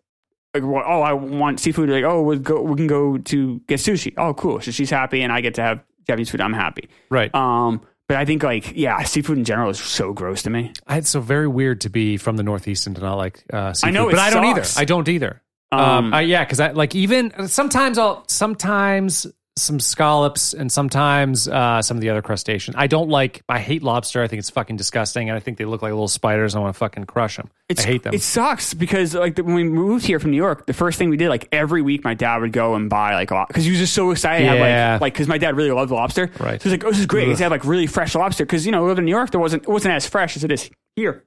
Like, well, oh, I want seafood. Like, oh, we'll go, we can go to get sushi. Oh, cool. So she's happy, and I get to have Japanese food. I'm happy. Right. Um, but I think like, yeah, seafood in general is so gross to me. I, it's so very weird to be from the Northeast and to not like uh, seafood. know, but it I don't sucks. either. I don't either. Um, Um, I- yeah, because I like even sometimes I'll sometimes some scallops and sometimes uh, some of the other crustaceans. I don't like. I hate lobster. I think it's fucking disgusting, and I think they look like little spiders. I want to fucking crush them. I hate them. It sucks because like the, when we moved here from New York, the first thing we did like every week, my dad would go and buy like a lot because he was just so excited. to have, Yeah. like, like because my dad really loved lobster. Right. So he's like, "Oh, this is great. He's had like really fresh lobster because you know, living in New York, there wasn't it wasn't as fresh as it is here.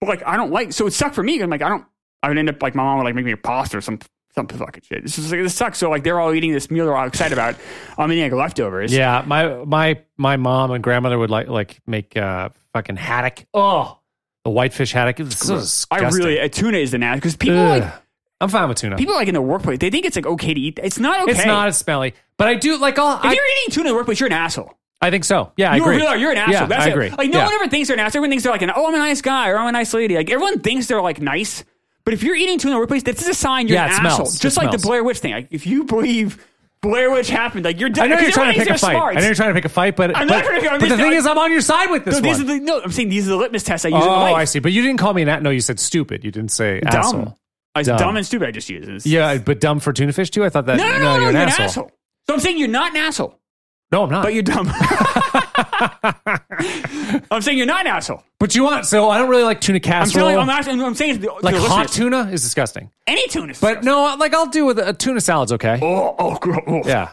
But like, I don't like. So it sucked for me. 'cause I'm like, I don't. I would end up like my mom would like make me a pasta or some some fucking shit. This is like this sucks. So like they're all eating this meal they're all excited about. um, I'm eating like leftovers. yeah, my my my mom and grandmother would like like make uh, fucking haddock. Oh, the whitefish haddock. It's so I disgusting. really a tuna is the now because people Ugh. like I'm fine with tuna. people like in the workplace they think it's like okay to eat. It's not okay. it's not as smelly, but I do like all. If I, you're eating tuna at workplace, you're an asshole. I think so. Yeah, I You agree. really are. You're an asshole. Yeah, That's I it. agree. Like no Yeah. one ever thinks they're an asshole. Everyone thinks they're like an oh I'm a nice guy or I'm a nice lady. Like everyone thinks they're like nice. But if you're eating tuna at workplace, this is a sign you're Yeah, it an smells. asshole. It Just like smells. the Blair Witch thing. Like if you believe Blair Witch happened, like you're. I know because you're trying to everyone pick a thinks they're fight. I know smarts. you're trying to pick a fight, but, I'm but, not trying to pick- but I'm the just- thing I- is, I'm on your side with this No, one. these are the, no, I'm saying these are the litmus tests I use oh, in life. I see. But you didn't call me an at. No, you said stupid. You didn't say Dumb. asshole. I, Dumb. dumb. and stupid. I just use It's- Yeah, but dumb for tuna fish too. I thought that. No, no, no, no, you're an asshole. So I'm saying you're not an asshole, No, I'm not. but But, you're dumb. I'm saying you're not an asshole. you want so I don't really like tuna I'm casserole. telling. I'm, asking, I'm saying to the, like to the hot listeners, tuna is disgusting. Any tuna. is But no, like I'll do with a, a tuna salad's okay. Oh, oh, gro- oh. Yeah.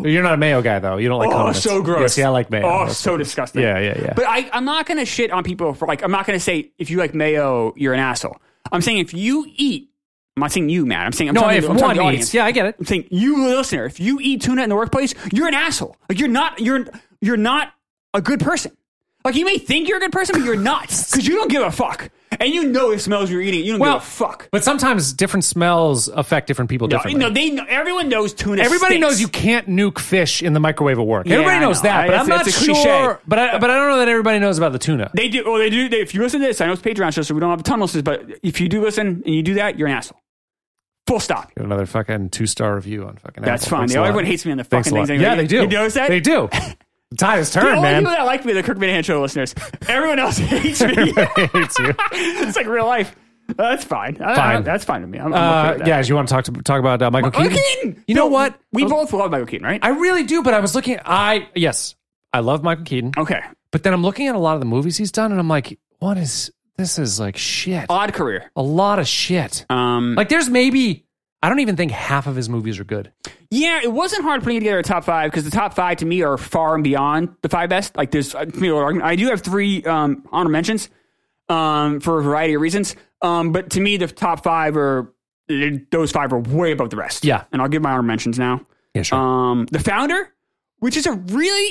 You're not a mayo guy though. You don't like Oh, condiments. so gross. Yeah, see, I like mayo. Oh, That's so disgusting. Yeah, yeah, yeah. But I, I'm not gonna shit on people for like. I'm not gonna say if you like mayo, you're an asshole. I'm saying if you eat, I'm not saying you, man. I'm saying I'm no, talking if to, I'm talking to the one eats, audience. yeah, I get it. I'm saying you, the listener, if you eat tuna in the workplace, you're an asshole. Like you're not. You're you're not a good person. Like you may think you're a good person, but you're not because you don't give a fuck, and you know it smells you're eating. it. You don't Well, give a fuck. But sometimes different smells affect different people No, differently. no, they. know- Everyone knows tuna. Everybody stinks. knows you can't nuke fish in the microwave at work. everybody I knows know. that, I- but I'm it's- not it's a sure. cliche. But I, but I don't know that everybody knows about the tuna. They do. Well, they do. They, if you listen to this, I know it's Patreon show, so we don't have a ton of listeners. But if you do listen and you do that, you're an asshole. Full stop. Get another fucking two star review on fucking. That's Apple. fine. Thanks They, a lot. everyone hates me on the Thanks fucking a lot. things. anyway. Yeah, they do. You notice that? They do. the tide has The turned, only people man. that like me, are the Kirk Minahan show listeners. Everyone else hates me. hates you. it's like real life. That's fine. I- I- Fine. that's fine with me. I'm, I'm okay Uh, with that. yeah, do you want to talk to, talk about uh, Michael Keaton? Michael Keaton! You know No, what? Oh. We both love Michael Keaton, right? I really do, but I was looking. I yes, I love Michael Keaton, okay. but then I'm looking at a lot of the movies he's done, and I'm like, what is This is like shit. Odd career. A lot of shit. Um, Like there's maybe I don't even think half of his movies are good. yeah, it wasn't hard putting together a top five because the top five to me are far and beyond the five best. Like there's, uh, to me, I do have three um, honor mentions um, for a variety of reasons. Um, but to me, the top five are eh, those five are way above the rest. Yeah. and I'll give my honor mentions now. Yeah, sure. Um, the founder, which is a really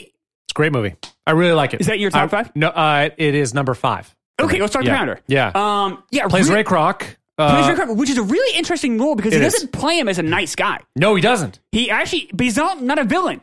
it's a great movie. I really like it. Is that your top I- five? No, uh, it is number five. okay. Let's talk Yeah. the founder. Yeah. um, yeah, Plays really- Ray Kroc. Uh, Plays Ray Kroc, which is a really interesting role because he it is. doesn't play him as a nice guy. no, he doesn't. He actually, but he's not, not a villain.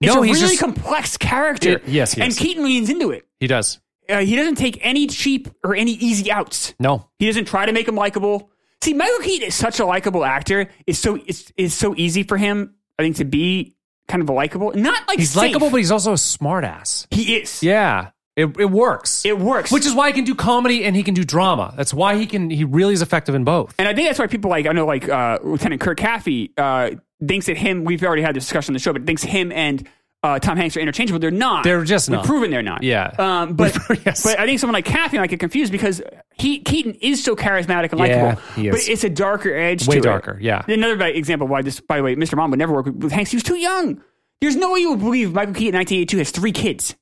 It's No, a he's really just- complex character. It- yes, he and is. Keaton leans into it. He does. Uh, he doesn't take any cheap or any easy outs. No. He doesn't try to make him likable. See, Michael Keaton is such a likable actor. It's so it's, it's so easy for him, I think, to be kind of likable. Not like He's safe. likable, but he's also a smartass. he is. Yeah. It, it works. It works. Which is why he can do comedy and he can do drama. That's why he can he really is effective in both. And I think that's why people like I know like uh, Lieutenant Kirk Caffey uh, thinks that him. We've already had this discussion on the show, but thinks him and uh, Tom Hanks are interchangeable. They're not. They're just We've not. proven they're not. Yeah. Um, but Yes. but I think someone like Caffey and I get confused because he Keaton is so charismatic and Yeah, likable, he but is. it's a darker edge. Way to it. darker, yeah. Another bad example why this. By the way, Mr. Mom would never work with, with Hanks. He was too young. There's no way you would believe Michael Keaton in 1982 has three kids.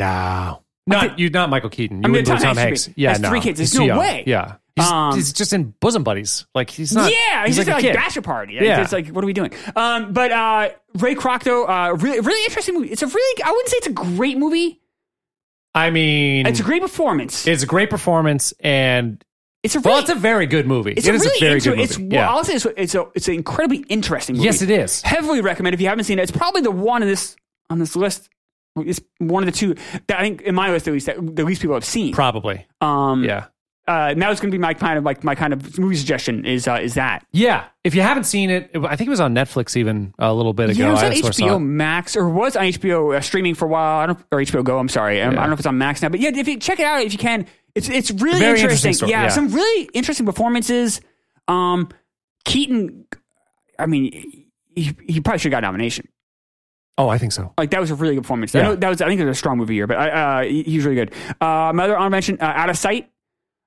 No. Not you not Michael Keaton. You mean, wouldn't Tom do Tom Hanks Hanks. would be- Yeah, has no. three kids. There's He's too no young. way. Yeah. He's, Um, he's just in bosom buddies. Like he's not yeah, he's, just like, a a kid. bachelor party. Yeah. It's like, what are we doing? Um, but uh, Ray Kroc, though, uh, really, really interesting movie. It's a really, I wouldn't say it's a great movie. I mean It's a great performance. it's a great performance and It's a really, well, it's a very good movie. it's It a is really very inter- good movie. It's, yeah. well, I'll say it's, it's a, it's an incredibly interesting movie. yes, it is. Heavily recommend if you haven't seen it. It's probably the one in this on this list. It's one of the two that I think in my list at least that the least people have seen. Probably. Um, Yeah. uh, and that was going to be my kind of like my kind of movie suggestion is uh, is that Yeah. If you haven't seen it, it- I think it was on Netflix even a little bit ago. Yeah, it was I on sort of saw HBO it. Max or was on HBO uh, streaming for a while. I don't or HBO Go. I'm sorry. Um, I don't know if it's on Max now, but yeah, if you check it out if you can, it's it's really Very interesting interesting. story, yeah, yeah. some really interesting performances. Um, Keaton, I mean, he, he probably should have got a nomination. Oh, I think so. Like that was a really good performance. I Yeah. know that was I think it was a strong movie year, but I, uh, he he was really good. Uh, my other honor mention, uh, Out of Sight.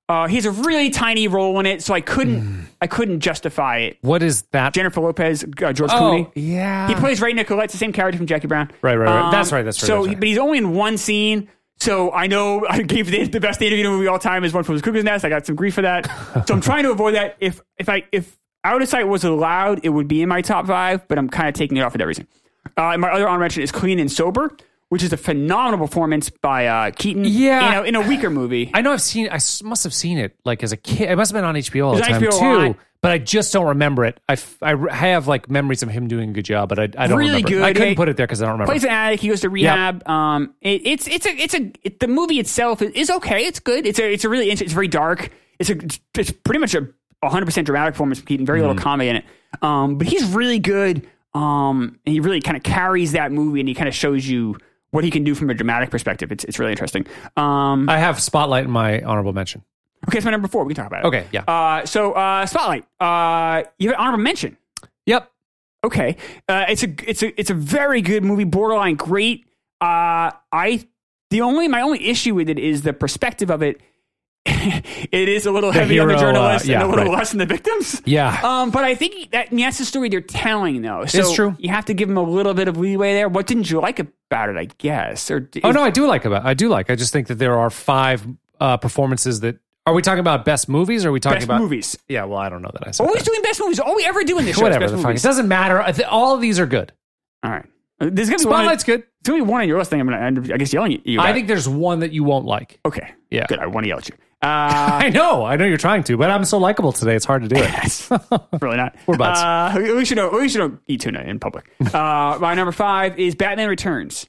Uh, he has a really tiny role in it, so I couldn't Hmm. I couldn't justify it. What is that? Jennifer Lopez, uh, George oh, Clooney. yeah. He plays Ray Nicolette's the same character from Jackie Brown. Um, Right, right, right. That's right, that's right, So, that's right. but he's only in one scene. So I know I gave the, the best interview movie of all time is one from his cuckoo's nest. I got some grief for that. so I'm trying to avoid that. If if I if Out of Sight was allowed, it would be in my top five. But I'm kind of taking it off for that reason. Uh, and my other honor mention is Clean and Sober, which is a phenomenal performance by uh, Keaton. Yeah. you know, in a weaker movie. I know I've seen. I s- must have seen it like as a kid. It must have been on HBO all the It's on time HBO a too. lot. But I just don't remember it. I, f- I re- have like memories of him doing a good job, but I, I don't Really remember. it. good. I couldn't Hey, put it there because I don't remember. plays an addict. He goes to rehab. Um, it, it's it's a it's a it, the movie itself is, is okay. It's good. It's a it's a really int- it's very dark. It's a it's pretty much a 100 percent dramatic performance from Keaton. Very Mm-hmm. little comedy in it. Um, but he's really good. Um, and he really kind of carries that movie, and he kind of shows you what he can do from a dramatic perspective. It's it's really interesting. Um, I have Spotlight in my honorable mention. okay, it's my number four. We can talk about it. Okay, yeah. Uh, so uh, spotlight. Uh, you have an honorable mention. Yep. Okay, uh, it's a it's a it's a very good movie, borderline great. Uh, I the only my only issue with it is the perspective of it. it is a little heavy on the hero, uh, journalist yeah, and a little right. less on the victims. Yeah. Um, but I think that I mean, that's the story they're telling, though. So It's true. You have to give them a little bit of leeway there. What didn't you like about it? I guess. Or oh no, I do like about. I do like. I just think that there are five uh, performances that. Are we talking about best movies? Or are we talking best about movies. Yeah. Well, I don't know that I said. Always that. doing best movies. All we ever do in this show Whatever is the best fuck. It movies. doesn't matter. I th- All of these are good. All right. Uh, There's gonna be one. Spotlight's good. There's gonna be one on your list thing. I'm gonna end up, I guess yelling at you. I about. think there's one that you won't like. Okay. Yeah. Good. I want to yell at you. Uh, I know. I know you're trying to, but I'm so likable today. It's hard to do it. Yes. really not. We're buds. Uh, we- we should don't, we should don't eat tuna in public. Uh, my number five is Batman Returns.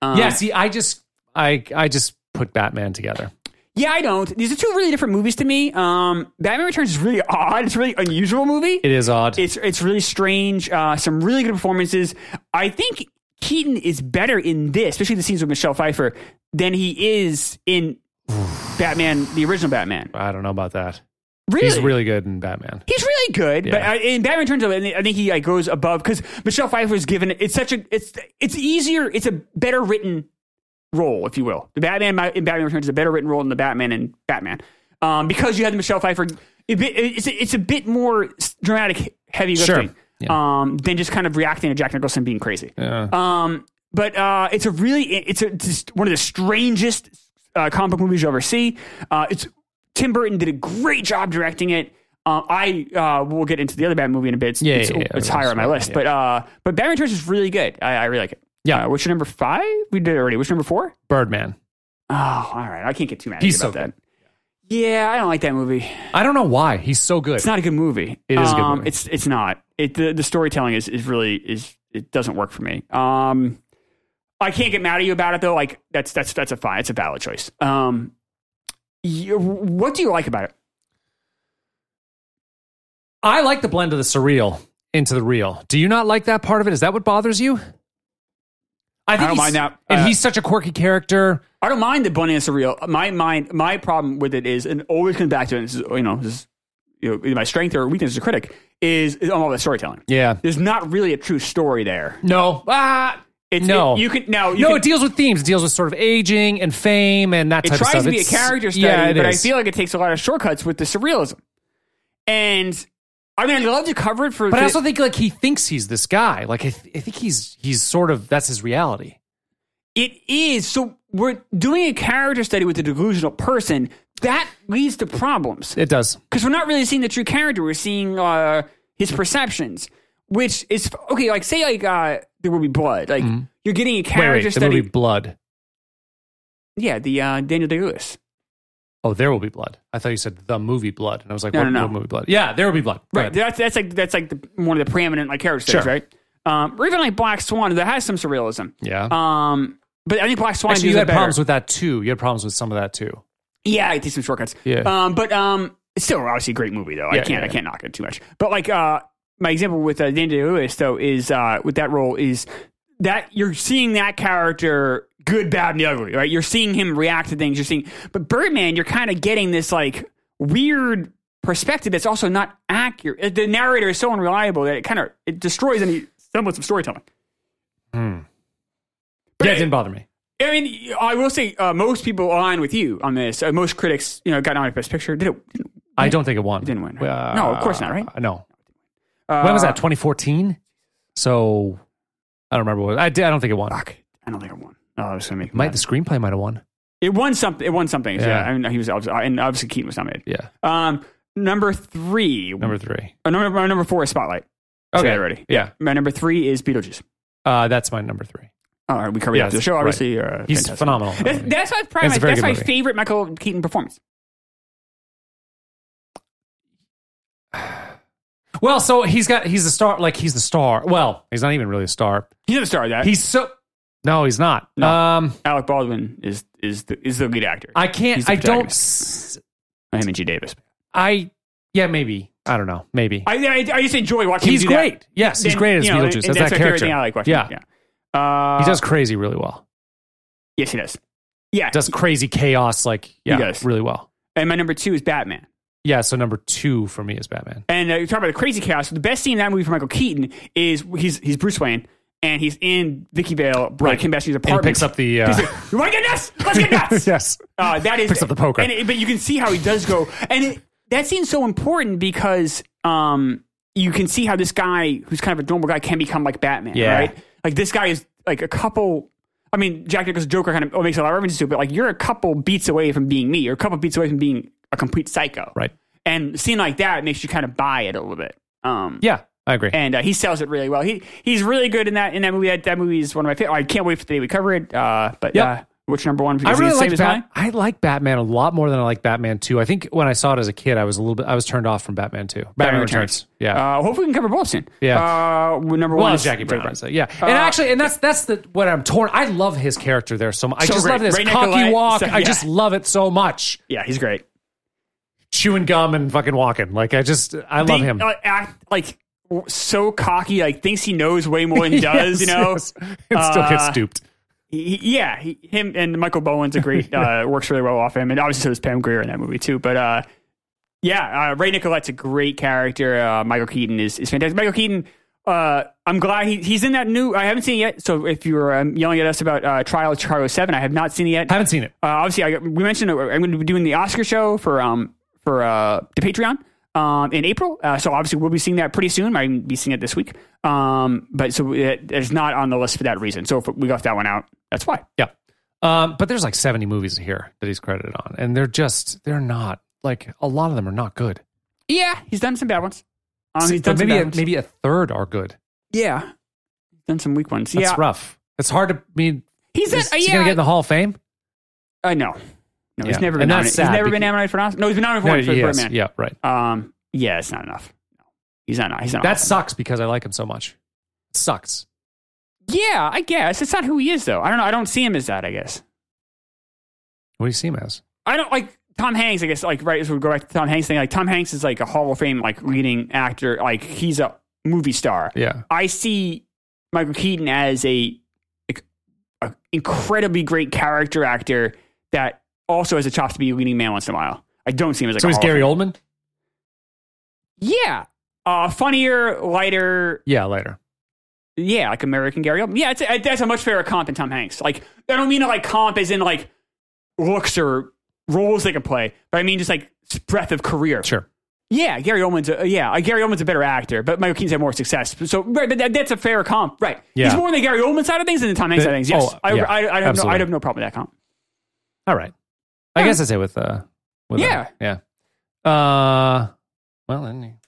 Um, yeah. See, I just, I, I just put Batman together. Yeah, I don't. These are two really different movies to me. Um, Batman Returns is really odd. It's a really unusual movie. It is odd. It's it's really strange. Uh, some really good performances. I think Keaton is better in this, especially the scenes with Michelle Pfeiffer, than he is in Batman, the original Batman. I don't know about that. Really? He's really good in Batman. He's really good, but I, in Batman Returns, I think- I think he like goes above because Michelle Pfeiffer is given it's such a it's it's easier it's a better written role, if you will. The Batman in Batman Returns is a better written role than the Batman in Batman. um, because you had the Michelle Pfeiffer. It, bit- it's a, it's a bit more s- dramatic, heavy lifting Sure. Yeah. um, than just kind of reacting to Jack Nicholson being crazy. Yeah. Um, but uh, it's a really it's a, just one of the strangest uh, comic book movies you'll ever see. Uh, it's Tim Burton did a great job directing it. Uh, I uh, we'll get into the other Batman movie in a bit. It's, Yeah, it's, yeah, yeah. it's higher on my list, Yeah. but uh, but Batman Returns is really good. I, I really like it. Yeah. Uh, what's your number five? We did it already. What's your number four? Birdman. Oh, all right. I can't get too mad at He's you about so that. Yeah, I don't like that movie. I don't know why he's so good. It's not a good movie. It is a good movie. Um, It's it's not. It the, the storytelling is is really is it doesn't work for me. Um, I can't get mad at you about it though. Like that's that's that's a fine. It's a valid choice. Um, you, what do you like about it? I like the blend of the surreal into the real. Do you not like that part of it? Is that what bothers you? I think don't he's- mind that. and Uh, he's such a quirky character. I don't mind the bunny and surreal. My mind, my problem with it is, and always comes back to it. And this is you know this is you know my strength or weakness as a critic is, is all about storytelling. Yeah. There's not really a true story there. No. Ah. It's, No. it- you can no, you no, can, it deals with themes. It deals with sort of aging and fame and that it type of tries stuff. to be a It's- character study, yeah, it but is. I feel like it takes a lot of shortcuts with the surrealism. And I mean, I'd love to cover it for, But I to- also think like he thinks he's this guy. Like I, th- I think he's he's sort of that's his reality. it is so we're doing a character study with a delusional person that leads to problems It does. because we're not really seeing the true character. We're seeing uh, his perceptions, which is okay. Like say like uh, there will be blood. Like you're getting a Mm-hmm. Wait, character wait. The study. movie Blood. Yeah, the uh, Daniel Day Lewis. Oh, there will be blood. I thought you said the movie Blood, and I was like, No, what, no, no. what movie Blood? Yeah, there will be blood. Go Right. ahead. That's that's like that's like the, one of the preeminent like character studies, Sure. right? Um, or even like Black Swan that has some surrealism. Yeah. Um, but I think Black Swan. Actually, does you it had better. problems with that too. You had problems with some of that too. Yeah, I take some shortcuts. Yeah. Um, but um, it's still obviously a great movie though. I Yeah, can't yeah, I can't knock it too much. But like uh, my example with uh, Daniel Day Lewis though is uh with that role is that you're seeing that character good, bad, and the ugly, right? You're seeing him react to things. You're seeing, but Birdman, you're kind of getting this like weird perspective that's also not accurate. The narrator is so unreliable that it kind of it destroys any semblance of storytelling. Yeah, it didn't bother me. I mean, I will say uh, most people align with you on this. Uh, most critics, you know, got nominated for Best Picture. Did it? Didn't, I don't think it won. didn't win, right? No, of course not, right? Uh, No. uh, When was that? 2014. So I don't remember. What, I did, I don't think it won. Fuck. I don't think it won. Oh, I was gonna make Might might the screenplay might have won. it won something. It won something. Yeah, Yeah. I mean, he was obvi- and obviously Keaton was nominated. Yeah, Um, number three, number three. uh, number my number four is Spotlight. Say that already. Yeah, My number three is Beetlejuice. uh, that's my number three. All right, we covered Yes, after the show. right. Obviously, uh, He's fantastic. phenomenal. That's, that's my probably It's my, a very that's good my movie. favorite Michael Keaton performance. well, so he's got he's a star. Like he's the star. Well, he's not even really a star. He's the star of that. He's so. No, he's not. No. Um, Alec Baldwin is is the is the lead actor. I He's can't. the I don't. protagonist. s- him and G Davis. I yeah, maybe. I don't know. Maybe I, I, I just enjoy watching. he's him do that. great. Yes, he's Then, great as you know, Beetlejuice. and That's, that's that my favorite character. thing I like watching. yeah, Yeah, Uh, he does crazy really well. Yes, he does. Yeah, Does crazy chaos like yeah, does. really well. And my number two is Batman. Yeah, so number two for me is Batman. And uh, you talk about the crazy chaos. The best scene in that movie for Michael Keaton is he's he's Bruce Wayne and he's in Vicky Vale, right? Kim Basinger's He apartment. picks up the uh, You want to get nuts? Let's get nuts. yes. uh, that is Picks up the poker. And it- but you can see how he does go, and it, that scene's so important because um, you can see how this guy, who's kind of a normal guy, can become like Batman, Yeah. right? Like this guy is like a couple. I mean, Jack Nicholson's Joker kind of oh, makes a lot of references to, it, but like you're a couple beats away from being me. You're a couple beats away from being a complete psycho, Right. And a scene like that makes you kind of buy it a little bit. Um, Yeah, I agree. and uh, he sells it really well. He he's really good in that in that movie. That, that movie is one of my favorite. I can't wait for the day we cover it. Uh, but Yep. uh, which number one? I Because really he's the same like as mine? Bat- I like Batman a lot more than I like Batman 2. I think when I saw it as a kid, I was a little bit I was turned off from Batman 2. Batman, Returns. Yeah. Uh, hopefully, we can cover both soon. Yeah. Uh, well, Uh, number well, one it's is Jackie Brown. so, yeah. and actually, and that's that's the what I'm torn. I love his character there so much. I So just great. love this Ray cocky Nicolai. walk. So- I yeah. just love it so much. Yeah, he's great. Chewing gum and fucking walking. Like I just I love Think- him. uh, act like w- so cocky, like thinks he knows way more than he does. you know. Yes, yes. And still gets Uh, stooped. He- he- yeah, he, him and Michael Bowen's a great uh, works really well off him, and obviously so does Pam Grier in that movie too. But uh, yeah, uh, Ray Nicolette's a great character. Uh, Michael Keaton is is fantastic. Michael Keaton uh, I'm glad he, he's in that new. I haven't seen it yet. So if you were um, yelling at us about uh, Trial of Chicago Seven, I have not seen it yet. Uh, Haven't seen it. obviously, I, we mentioned that I'm going to be doing the Oscar show for um for uh, the Patreon um, in April. Uh, so obviously, we'll be seeing that pretty soon. I might be seeing it this week. Um, but so it, it's not on the list for that reason. So if we got that one out, that's why. Yeah. Um, but there's like 70 movies here that he's credited on, and they're just they're not like a lot of them are not good. Yeah, he's done some bad ones. Um, he's So done some maybe bad a, ones. maybe a third are good. yeah, done some weak ones. That's yeah, rough. It's hard to I mean. he's Is, a, is he yeah. gonna get in the Hall of Fame? I know. Yeah. No, he's never been And that's nominated. He's sad never been because- nominated for an Oscar. No, he's been nominated for No, one for yes. Birdman. Yeah. Right. Um, yeah, it's not enough. No, he's not. He's not. That sucks because I like him so much. It sucks. yeah, I guess it's not who he is though. I don't know. I don't see him as that. I guess What do you see him as? I don't like Tom Hanks. I guess like right as we go back to Tom Hanks thing, like Tom Hanks is like a Hall of Fame like leading actor. Like he's a movie star. Yeah. I see Michael Keaton as a, like, a incredibly great character actor that also has a chops to be a leading man once in a while. I don't see him as like So a he's Hall of Gary Oldman. Yeah. Uh, funnier, lighter, Yeah. Later. yeah, like American Gary Oldman. Yeah, it's a, that's a much fairer comp than Tom Hanks. Like, I don't mean like comp as in like looks or roles they can play, but I mean just like breadth of career. Sure. Yeah, Gary Oldman's a, yeah, uh, Gary Oldman's a better actor, but Michael Keaton's had more success. So right, but that, that's a fair comp, right? Yeah. He's more on the Gary Oldman side of things than the Tom Hanks The- side of things. Yes, oh, I, yeah, I, I, have no, absolutely. I have no problem with that comp. All right. I Yeah. guess I say with uh with Yeah. that. yeah. Uh well then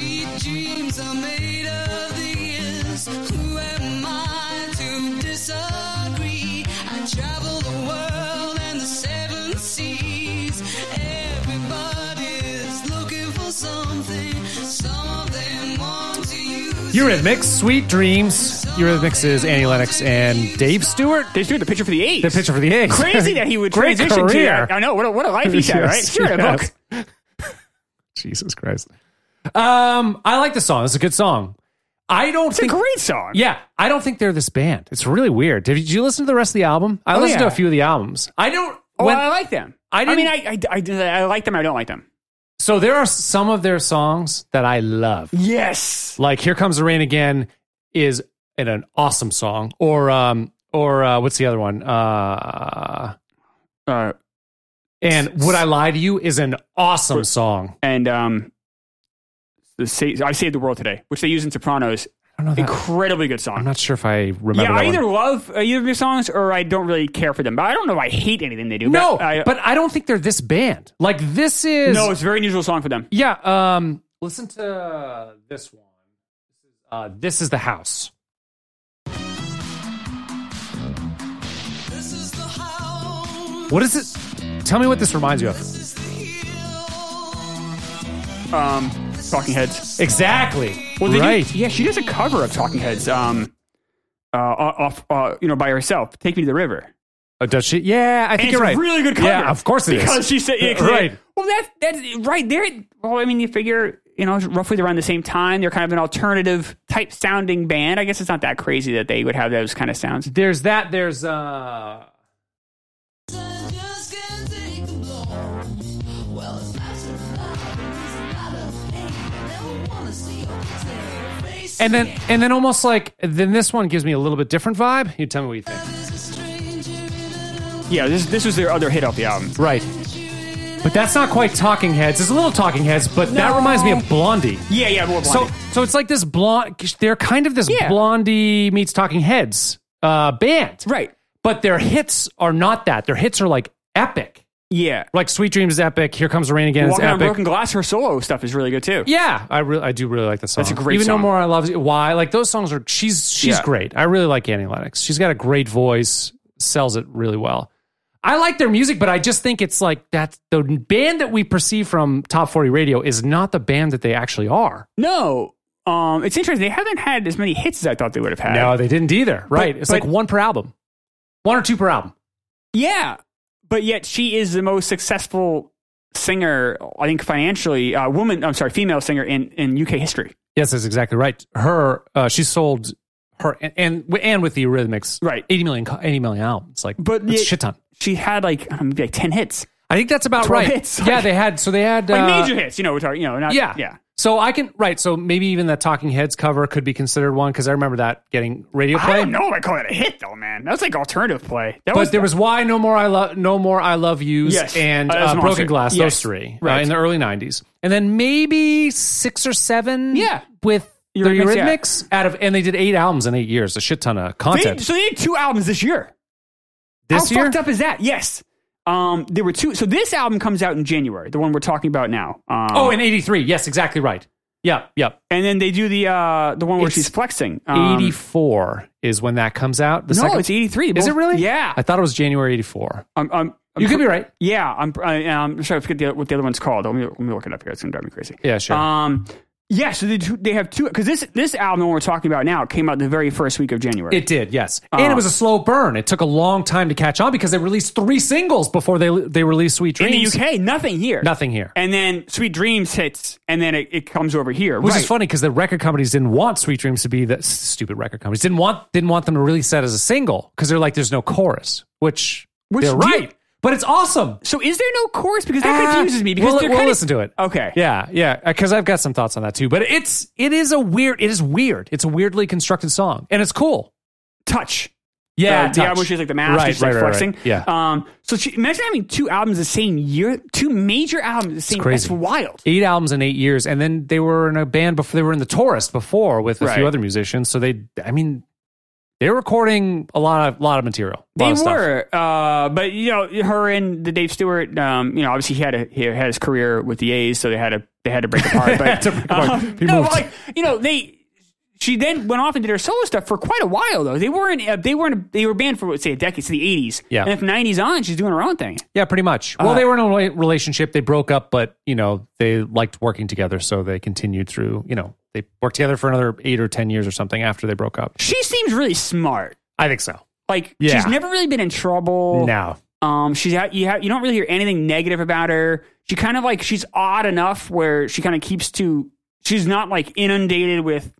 Dreams are made of these. Who am I to disagree? I travel the world and the seven seas. Everybody's looking for something. Some of them want to use. Eurythmics, Sweet Dreams. Eurythmics is Annie Lennox and Dave Stewart. They do the picture for the A's. The pitcher for the A's. Crazy that he would Great transition to career. that. I know what a, what a life he's had, right? Sure, in a book. yes. Jesus Christ. Um, I like the song. It's a good song. I don't It's a think. great song. yeah, I don't think they're this band. It's really weird. Did you, did you listen to the rest of the album? I listened Oh, yeah. to a few of the albums. I don't. Oh, when- I like them. I I, didn't- mean, I, I, I, I like them. I don't like them. so there are some of their songs that I love. Yes. like here comes the rain again is an, an awesome song or um or uh, what's the other one uh Uh, and would i lie to you is an awesome song and um, the Sa- I saved the world today, which they use in Sopranos. i don't know that, Incredibly good song. i'm not sure if i remember yeah, that I either one. love uh, either of their songs or I don't really care for them. But I don't know. if I hate anything they do. no but I, but i don't think they're this band like this is no, it's a very unusual song for them. yeah um listen to this one uh this is the house This is the howl. what is it tell me what this reminds you of This is the heel. Um, Talking Heads. exactly Well, they do- right yeah, she does a cover of Talking Heads. Um, uh, off, uh, you know, by herself. Take me to the river. oh, does she yeah i think And it's you're right a really good cover. yeah of course it is. because she said, yeah, 'cause Right. they- Well, that's that's right there. Well, I mean, you figure you know it's roughly around the same time. They're kind of an alternative type sounding band. I guess it's not that crazy that they would have those kind of sounds. there's that there's uh I just can't take the blow. Well, it's not your fault. It's not a thing. I don't wanna see your pretty face and then again. and then almost like then this one gives me a little bit different vibe. You tell me what you think. There's a stranger in an Yeah, this this was their other hit off the album. Right. But that's not quite Talking Heads. It's a little Talking Heads, but that reminds me of Blondie. Yeah, yeah, more So so so it's like this blonde. They're kind of this Yeah. Blondie meets Talking Heads uh, band, right. But their hits are not that. Their hits are like epic. Yeah, Like Sweet Dreams is epic. Here Comes the Rain Again is Walking on epic. Broken Glass, her solo stuff is really good too. Yeah, I really, I do really like the song. That's a great Even song. though more I love You- why like those songs are she's she's Yeah. great. I really like Annie Lennox. She's got a great voice, sells it really well. I like their music, but I just think it's like that the band that we perceive from Top Forty Radio is not the band that they actually are. No, um, it's interesting. They haven't had as many hits as I thought they would have had. No, they didn't either. Right? it's but- like one per album, one or two per album. Yeah, but yet she is the most successful singer, I think, financially, uh, woman. I'm sorry, female singer in in UK history. Yes, that's exactly right. Her uh, she sold her and, and and with the Eurythmics, Right. Eighty million, co- 80 million albums, like But that's a yet- shit ton. She had like I don't know, maybe like ten hits, I think that's about 12 right. hits. Yeah, they had so they had like uh, major hits. You know, we're talking. You know, not yeah. yeah. So I can right. So maybe even that Talking Heads cover could be considered one because I remember that getting radio play. I don't know if I call it a hit though, man. That was like alternative play. That was But there was why no more I love no more I love yous Yes. and Uh, uh, that's a monster. broken glass Yes. those three uh, Right. in the early '90s and then maybe six or seven Yeah. with the Eurythmics, yeah. Eurythmics out of and they did eight albums in eight years a shit ton of they, content so they did two albums this year. this How year fucked up is that? Yes. Um, there were two. So this album comes out in January, the one we're talking about now. Um, oh in '83 yes exactly right yeah yeah and then they do the uh, the one where It's she's flexing. Um, '84 is when that comes out the No, second it's eighty three. is it really Yeah. I thought it was January '84 I'm, I'm, I'm you could pre- be right Yeah, I'm. I, I'm sorry, I forget the, what the other one's called. Let me, let me look it up here. It's gonna drive me crazy. yeah sure Um, yeah. So they, do- they have two because this this album we're talking about now came out the very first week of January. It did, yes. and it was a slow burn. It took a long time to catch on because they released three singles before they they released Sweet in the Dreams. UK, nothing here. Nothing here. And then Sweet Dreams hits, and then it, it comes over here. Which right. is funny because the record companies didn't want Sweet Dreams to be the stupid record companies didn't want didn't want them to release that as a single because they're like there's no chorus, which, Which they're do- right, but it's awesome. So is there no chorus? Because that Ah, confuses me. Because we'll, they're we'll kind listen to it. Okay. Yeah, yeah, because I've got some thoughts on that too. But it's it is a weird it is weird. It's a weirdly constructed song, and it's cool. touch. Yeah, Uh, the album where Touch. she's like the mask, Right, she's like right, right, right. flexing. Yeah. Um. So she, imagine having two albums the same year, two major albums the same. crazy. That's wild. eight albums in eight years, and then they were in a band before they were in the Tourist before with a Right. few other musicians. So they, I mean, they're recording a lot of lot of material. a lot They of stuff. were, uh, but you know, her and the Dave Stewart. Um, you know, obviously he had a, he had his career with the A's, so they had to they had to break apart. But to break apart. um, He no, moved. but like you know, they she then went off and did her solo stuff for quite a while though. They weren't uh, they weren't they were banned for let's say a decade, so the eighties. Yeah. and if nineties on, she's doing her own thing. yeah, pretty much. Well, Uh, they were in a rela- relationship. They broke up, but you know they liked working together, so they continued through. You know, they worked together for another eight or ten years or something after they broke up. She seems really smart. I think so. Like Yeah. she's never really been in trouble. Now, Um, she's ha- you ha- you don't really hear anything negative about her. She kind of like she's odd enough where she kind of keeps to. She's not like inundated with.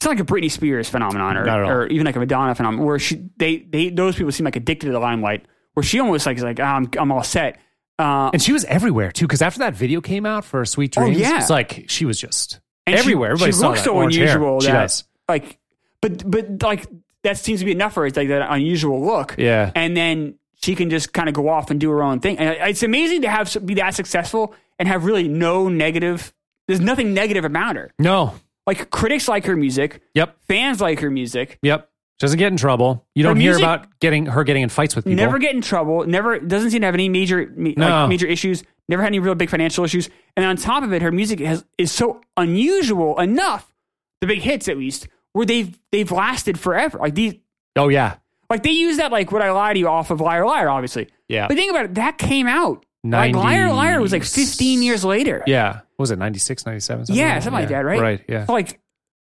It's not like a Britney Spears phenomenon or, Not at all. or even like a Madonna phenomenon where she they they those people seem like addicted to the limelight where she almost like is like "Ah, I'm I'm all set. Uh, and she was everywhere too, because after that video came out for Sweet Oh, Dreams, yeah. it's like she was just and she- everywhere. She, Everybody saw looks that so orange hair. unusual. She that, does. Like, but but like that seems to be enough for her. It's like that unusual look. Yeah. and then she can just kind of go off and do her own thing. And it's amazing to have be that successful and have really no negative. There's nothing negative about her. No. Like critics like her music, Yep. fans like her music. Yep. She doesn't get in trouble. You don't hear music- about getting her getting in fights with people. Never get in trouble. Never doesn't seem to have any major me- No. like major issues. Never had any real big financial issues. And on top of it, her music has is so unusual enough. The big hits, at least, where they've they've lasted forever. Like these, oh yeah. Like they use that like "Would I Lie to You" off of Liar Liar, obviously. Yeah. But think about it. That came out like Liar Liar was like 15 years later. Yeah. What was it 96, 97? Something Yeah, something like that, right? Right. Yeah. So, like,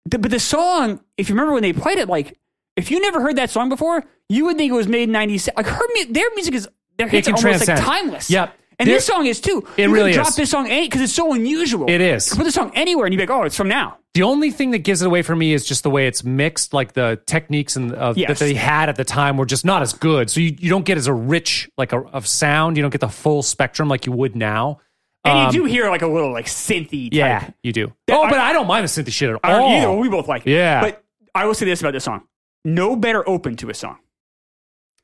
the, but the song, if you remember when they played it, like if you never heard that song before, you would think it was made in '96. Like her, mu- their music is their hits can are almost transcend. like timeless. Yep. And this There- song is too. It you really can drop is. this song any because it's so unusual. It is. You can put this song anywhere and you'd be like, oh, it's from now. The only thing that gives it away for me is just the way it's mixed, like the techniques and of, Yes. that they had at the time were just not as good. So you, you don't get as a rich like a, of sound. You don't get the full spectrum like you would now. And Um, you do hear like a little like synthy. Type. Yeah, you do. oh, I- but I don't mind the synth shit at I don't all. either. Well, we both like it. Yeah. But I will say this about this song: no better open to a song.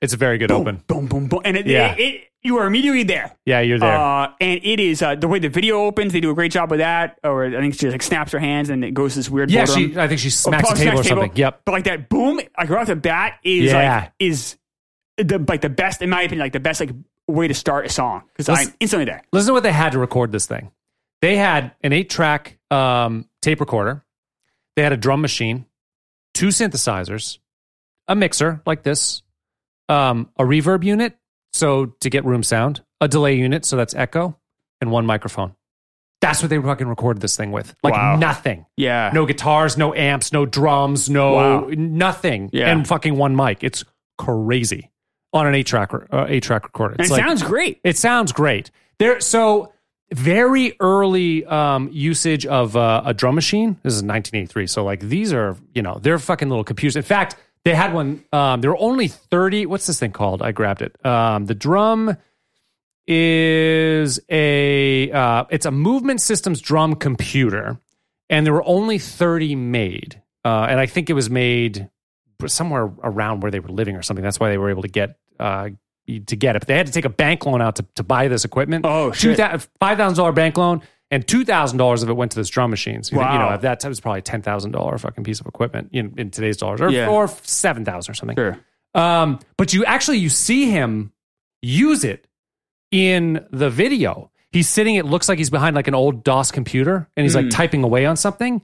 it's a very good Boom, open. Boom, boom, boom, and it, Yeah. it, it- you are immediately there. Yeah, you're there. Uh, and it is uh, the way the video opens. They do a great job with that. Or I think she like snaps her hands and it goes to this weird. yeah, boredom. she. I think she Oh, smacks a smacks table or something. Yep. But like that boom, like right off the bat is Yeah. like is the like the best in my opinion, like the best like way to start a song because Let's- I'm instantly there. listen to what they had to record this thing. They had an eight track um, tape recorder, they had a drum machine, two synthesizers, a mixer like this, um, a reverb unit, so to get room sound, a delay unit, so that's echo, and one microphone. That's what they fucking recorded this thing with. Like Wow. nothing. Yeah. No guitars, no amps, no drums, no Wow. nothing. Yeah. And fucking one mic. It's crazy on an eight track uh, eight track recorder. and It's it like- sounds great. it sounds great. There, so very early um, usage of uh, a drum machine. This is 1983. So like these are, you know, they're fucking little computers. In fact, they had one. Um, there were only 30. What's this thing called? I grabbed it. Um, the drum is a uh, it's a movement systems drum computer and there were only 30 made. Uh, and I think it was made somewhere around where they were living or something. That's why they were able to get uh, to get it. But they had to take a bank loan out to, to buy this equipment. Oh, Two shit. thou- $5,000 bank loan. And two thousand dollars of it went to this drum machine. So you think, you Wow. know, at that time it was probably ten thousand dollar fucking piece of equipment in, in today's dollars, or, Yeah. or seven thousand or something. Sure. Um, but you actually you see him use it in the video. He's sitting. It looks like he's behind like an old DOS computer, and he's like typing away on something.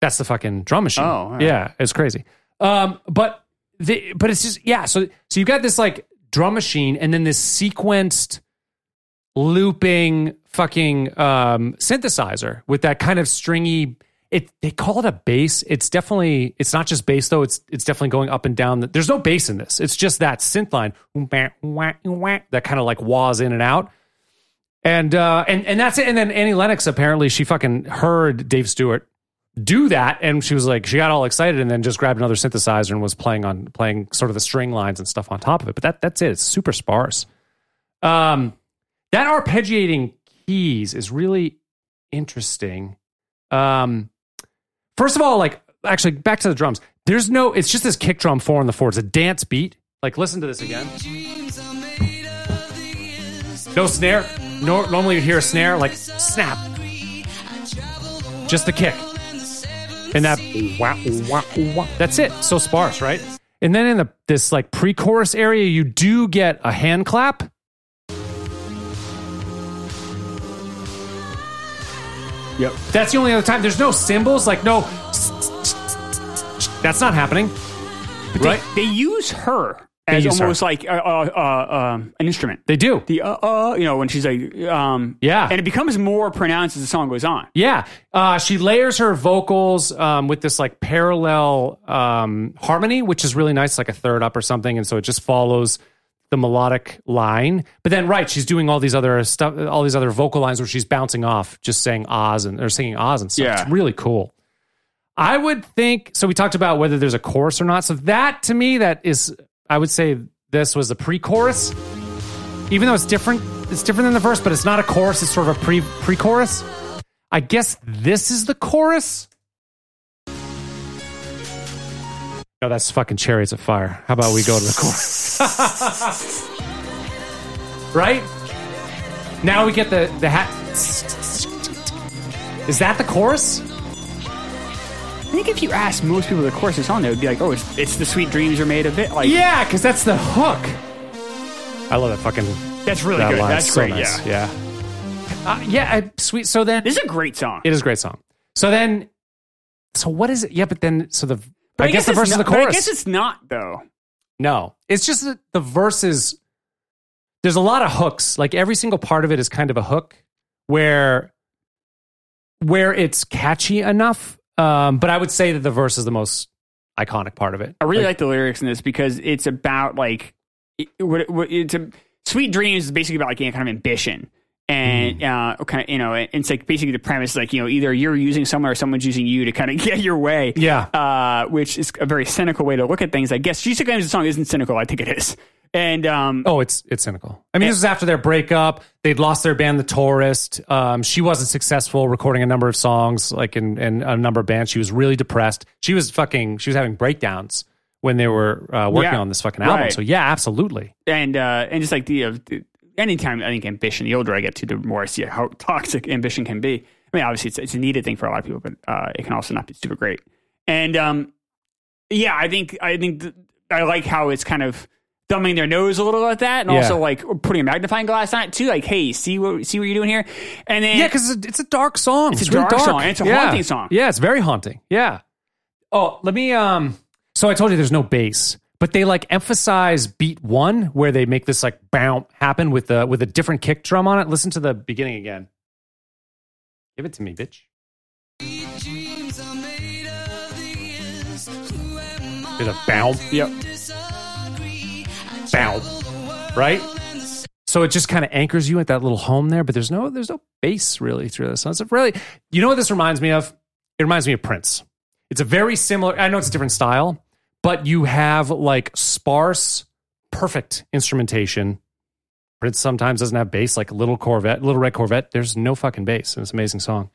That's the fucking drum machine. Oh, all right. yeah, it's crazy. Um, but the, but it's just yeah. So so you got this like drum machine, and then this sequenced looping fucking um, synthesizer with that kind of stringy. It they call it a bass. It's definitely it's not just bass though. It's it's definitely going up and down. There's no bass in this. It's just that synth line that kind of like wahs in and out. And uh, and and that's it. And then Annie Lennox apparently she fucking heard Dave Stewart do that, and she was like she got all excited, and then just grabbed another synthesizer and was playing on playing sort of the string lines and stuff on top of it. But that that's it. It's super sparse. Um, that arpeggiating keys is really interesting. Um, first of all, like actually back to the drums. There's no. It's just this kick drum four on the four. It's a dance beat. Like listen to this again. Dreams are made of these. No snare. Nor normally you'd hear a snare like snap. Just the kick. And that wah, wah, wah. That's it. So sparse, right? And then in the this like pre-chorus area, you do get a hand clap. Yep. That's the only other time. There's no cymbals. Like no. That's not happening. Right? They use her as use her. almost like uh, uh, uh, um, an instrument. They do. The uh, uh, you know, when she's like, um, Yeah. and it becomes more pronounced as the song goes on. Yeah, uh, she layers her vocals um, with this like parallel um, harmony, which is really nice, like a third up or something, and so it just follows the melodic line. But then, right, she's doing all these other stuff, all these other vocal lines where she's bouncing off, just saying ahs and or singing ahs and stuff. Yeah. It's really cool. I would think so. We talked about whether there's a chorus or not. So that to me, that is, I would say this was the pre-chorus, even though it's different. It's different than the verse, but it's not a chorus. It's sort of a pre pre-chorus. I guess this is the chorus. No, Oh, that's fucking chariots of fire. How about we go to the chorus? right? Now we get the the hat. Is that the chorus? I think if you ask most people the chorus is on, they would be like, oh, it's, it's the sweet dreams are made of it. Like, Yeah, because that's the hook. I love that fucking that's really that good. line. That's so great. nice. Yeah, yeah, Uh, yeah. I, sweet. So then this is a great song. it is a great song. So then, so what is it? Yeah, but then so the But I, guess, the it's verse is the not- but chorus. I guess it's not though. No, it's just that the verses. There's a lot of hooks. Like every single part of it is kind of a hook, where where it's catchy enough. Um, but I would say that the verse is the most iconic part of it. I really like, the lyrics in this because it's about like it, what, what, it's a, sweet dreams is basically about like you know, kind of ambition and Mm. uh, kind of you know and it's like basically the premise is like you know either you're using someone or someone's using you to kind of get your way Yeah. uh, which is a very cynical way to look at things I guess she said the song isn't cynical I think it is and um, Oh, it's it's cynical. I mean, this was after their breakup. They'd lost their band, The Tourist. Um, she wasn't successful recording a number of songs, like in, in a number of bands. She was really depressed. She was fucking. She was having breakdowns when they were uh, working Yeah. on this fucking album. Right. So yeah, absolutely. and uh, and just like the, uh, the- anytime I think ambition, the older I get to, the more I see how toxic ambition can be. I mean, obviously, it's, it's a needed thing for a lot of people, but uh, it can also not be super great. And um, yeah, I think I think th- I like how it's kind of thumbing their nose a little at that, and Yeah. also like putting a magnifying glass on it too. Like, hey, see what see what you're doing here, and then Yeah, because it's, a dark song. It's, a really dark song, and it's a yeah. haunting song. Yeah, it's very haunting. Yeah. Oh, let me. Um. So I told you there's no bass, but they like emphasize beat one where they make this like bounce happen with the with a different kick drum on it. Listen to the beginning again. Give it to me, bitch. Dreams are made of these. Who am I There's a bounce, yep, to disagree? I bounce, right? So it just kind of anchors you at that little home there, but there's no there's no bass really through this. So it's really, you know what this reminds me of? It reminds me of Prince. It's a very similar. I know it's a different style, but you have like sparse, perfect instrumentation. Prince sometimes doesn't have bass, like Little Corvette, Little Red Corvette. There's no fucking bass, and it's an amazing song.